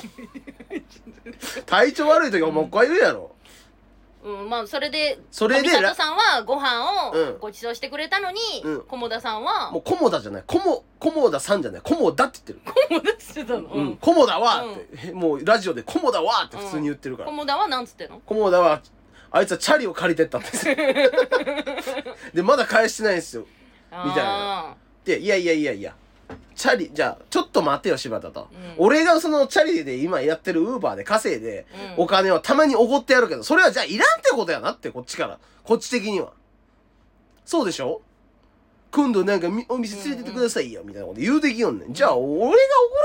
S2: 体調悪い時はもうおかゆやろ。
S1: うん、まあそれで
S2: それ
S1: 富
S2: で
S1: 里さんはご飯
S2: うん
S1: をご馳走してくれたのに、
S2: うん
S1: 菰田さんは
S2: もう、コモダじゃない。コモ、コモダさんじゃない。コモダって言ってる。
S1: 菰田してたのう
S2: う、
S1: んん
S2: コモダはって、えもうラジオでコモダはって普通に言ってるから、
S1: 菰田はなんつってんの
S2: コモダはあいつはチャリを借りてったんですよ でまだ返してないんですよみたいな
S1: あ
S2: でいやいやいやいやチャリじゃあちょっと待てよ柴田と、
S1: うん
S2: 俺がそのチャリで今やってるウーバーで稼いで、
S1: うん
S2: お金をたまにおごってやるけどそれはじゃあいらんってことやなってこっちからこっち的にはそうでしょ今度なんかみお店連れてってくださいよみたいなこと言うてきよんねん、じゃあ俺がおご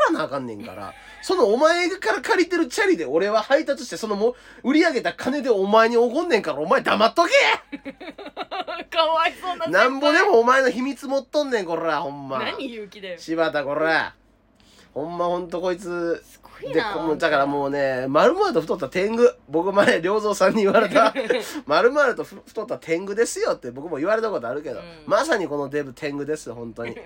S2: らなあかんねんからそのお前から借りてるチャリで俺は配達してそのもう売り上げた金でお前におごんねんからお前黙っとけ
S1: ーかわいそうな先輩
S2: なんぼでもお前の秘密持っとんねんこらほんま
S1: 何勇気だよす
S2: 柴田こらほんまほんとこいつ
S1: ごい
S2: で
S1: な
S2: こうだからもうね丸々と太った天狗僕前良三さんに言わ れた丸々とふ太った天狗ですよって僕も言われたことあるけど、
S1: うん
S2: まさにこのデブ天狗です 本当に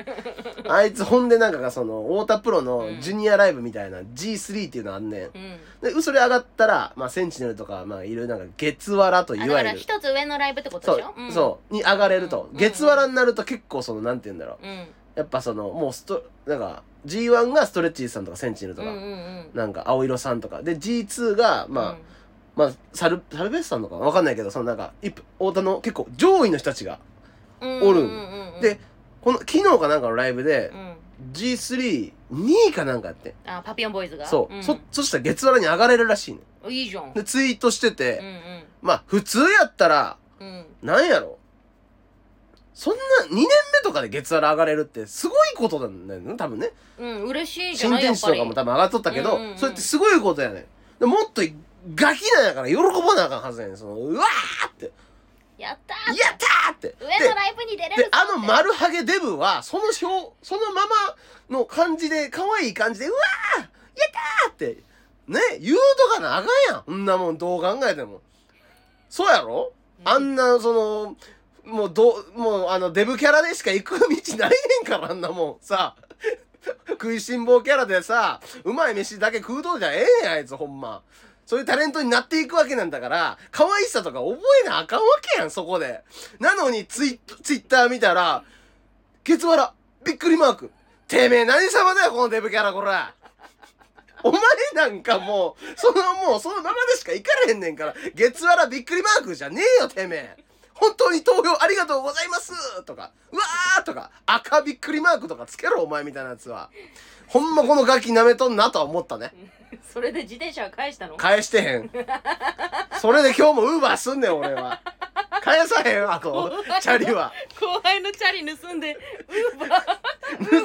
S2: あいつほんでなんかがその太田プロのジュニアライブみたいな G3 っていうのあんねん
S1: うん
S2: でそれ上がったら、まあ、センチネルとか、まあ、いろいろなんか月わらとい
S1: あ
S2: わ
S1: だか
S2: ゆ
S1: ら
S2: る
S1: 一つ上のライブってこと
S2: そ
S1: で
S2: う
S1: しょ,、、ん、
S2: そうに上がれると、
S1: うん
S2: 月わらになると結構そのなんて言うんだろう
S1: うん
S2: やっぱそのもうストなんか G1 がストレッチーズさんとかセンチネルと
S1: うん
S2: か、
S1: うんうん
S2: なんか青色さんとかで G2 がまあ、まあサルサルベースさんとかわかんないけどそのなんか一太田の結構上位の人たちが
S1: うん
S2: おる
S1: うんうんうん
S2: でこの昨日かなんかのライブで
S1: うん
S2: G32 位かなんかやってん
S1: あパピヨンボーイズが
S2: そう、
S1: ん
S2: そそしたら月原に上がれるらしいね
S1: いいじゃん
S2: でツイートしてて、
S1: うんうん
S2: まあ普通やったら
S1: うん
S2: なんやろそんな2年目とかで月原上がれるってすごいことなんだよね多分ね
S1: うん嬉しいじゃ
S2: 新
S1: ないや
S2: 天
S1: っ
S2: 地
S1: ぱ
S2: と
S1: り
S2: かも多分上がっとったけど、
S1: うんうんうん
S2: それってすごいことやねんでもっとガキなんやから喜ばなあかんはずやねんそのうわーって「
S1: やった
S2: や
S1: ー
S2: った!」ってで
S1: 上のライブに出れる
S2: であの丸ハゲデブはその表そのままの感じで可愛い感じで「うわーやった!」ってね言うとかなあかんやんそんなもんどう考えてもそうやろあんなそのもうどうもうあのデブキャラでしか行く道ないねんからあんなもんさ食いしん坊キャラでさうまい飯だけ食うとうじゃええねんあいつほんまそういうタレントになっていくわけなんだから可愛さとか覚えなあかんわけやんそこでなのにツイツイッター見たらケツバラびっくりマークてめえ何様だよこのデブキャラこらお前なんかもう、そのもう、そのままでしか行かれへんねんから、月わらびっくりマークじゃねえよ、てめえ。本当に投票ありがとうございますとか、うわーとか、赤びっくりマークとかつけろ、お前みたいなやつは。ほんまこのガキ舐めとんなとは思ったね。
S1: それで自転車は返したの
S2: 返してへん。それで今日もウーバーすんねん、俺は。返さへんわ、と、チャリは。
S1: 後輩のチャリ盗 んでウーバ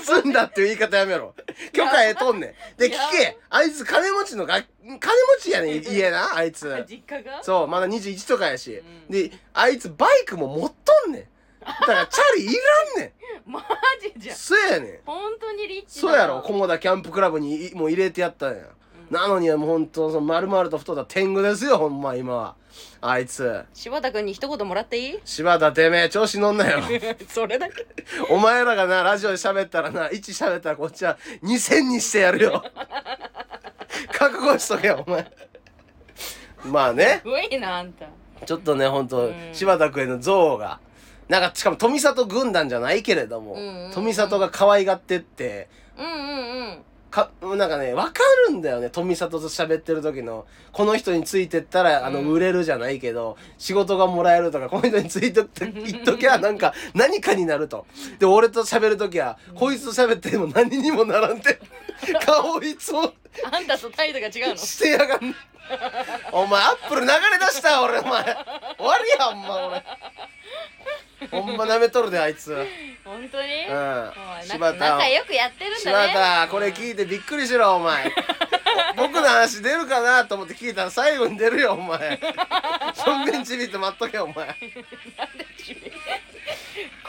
S2: 盗んだっていう言い方やめろ。許可得とんねん。で、聞け。あいつ金持ちのが、金持ちやねん、家な、あいつ。
S1: ー実家が
S2: そう、まだ21とかやし。
S1: うん
S2: で、あいつバイクも持っとんねん。だからチャリいらんね
S1: マジじ
S2: ん。
S1: ゃん
S2: そうやねん。
S1: 本当にリッチだ
S2: そ
S1: な
S2: うやろ、菰田キャンプクラブにいもう入れてやったんや。なのにもうほんと、その丸々と太った天狗ですよ、ほんま今は。あいつ。
S1: 柴田君に一言もらって いい
S2: 柴田てめえ、調子乗 んなよ。
S1: それだけ
S2: お前らがな、ラジオで喋ったらな、1喋ったらこっちは2000にしてやる よ。覚悟しとけよ、お前。まあね。
S1: すごいなあんた
S2: ちょっとね、本当、
S1: うん
S2: 柴田君への憎悪が。なんか、しかも富里軍団じゃないけれども、
S1: うんうんうん
S2: 富里が可愛がってって、
S1: うんうんうん
S2: か、なんかね、わかるんだよね。富里と喋ってる時の。この人についてったら、あの、
S1: うん
S2: 売れるじゃないけど、仕事がもらえるとか、この人についてって、言っときゃ、なんか、何かになると。で、俺と喋る時は、こいつと喋っても何にもなら んで、顔いつも
S1: あんたと態度が違うの
S2: してやがん。お前、アップル流れ出した俺、お前。終わりや、ほんま、俺。ほんま舐めとるで、あいつ。うん。
S1: 本当に、もう
S2: 柴
S1: な
S2: 田を
S1: 仲。良くやってるん
S2: 柴
S1: だね
S2: 田これ聞いてびっくりしろお前僕の話出るかなと思って聞いたら最後に出るよお前そんべんちびって待っとけお前、ま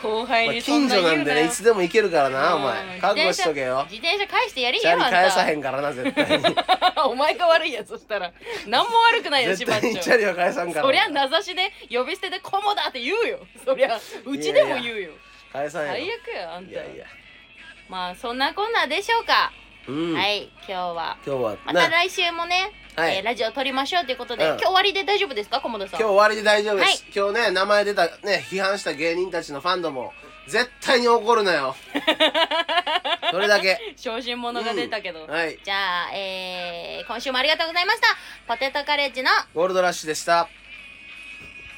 S1: 後輩
S2: あ
S1: にそん
S2: 近
S1: な
S2: 所
S1: 言うな
S2: なんでねいつでも行けるからなお
S1: う
S2: 前
S1: ん
S2: 覚悟しとけよ
S1: 自転車自転車返してやり
S2: チャ
S1: や
S2: リ返さへ
S1: ん
S2: んからな絶対に
S1: お前が悪いやそしたら何も悪くないよ
S2: 絶
S1: 柴田
S2: 対にチ
S1: ちゃ
S2: ャ
S1: ん
S2: リは返さんから
S1: そりゃ名指しで呼び捨てで「コモだ!」って言うよそりゃうちでも言うよ
S2: 返さんやろ
S1: 最悪やあんた
S2: いやいや
S1: まあそんなこんなでしょうか、
S2: うん、
S1: はい今日は
S2: 今日は
S1: ま
S2: な
S1: た来週もね、
S2: はい
S1: えーラジオ撮りましょうということで、
S2: うん
S1: 今日終わりで大丈夫ですか菰田さん
S2: 今日終わりで大丈夫です、今日ね名前出たね批判した芸人たちのファンドも絶対に怒る なよそれだけ
S1: 小心者が出たけど、
S2: はい
S1: じゃあ、えー、今週もありがとうございましたポテトカレッジの
S2: ゴールドラッシュでした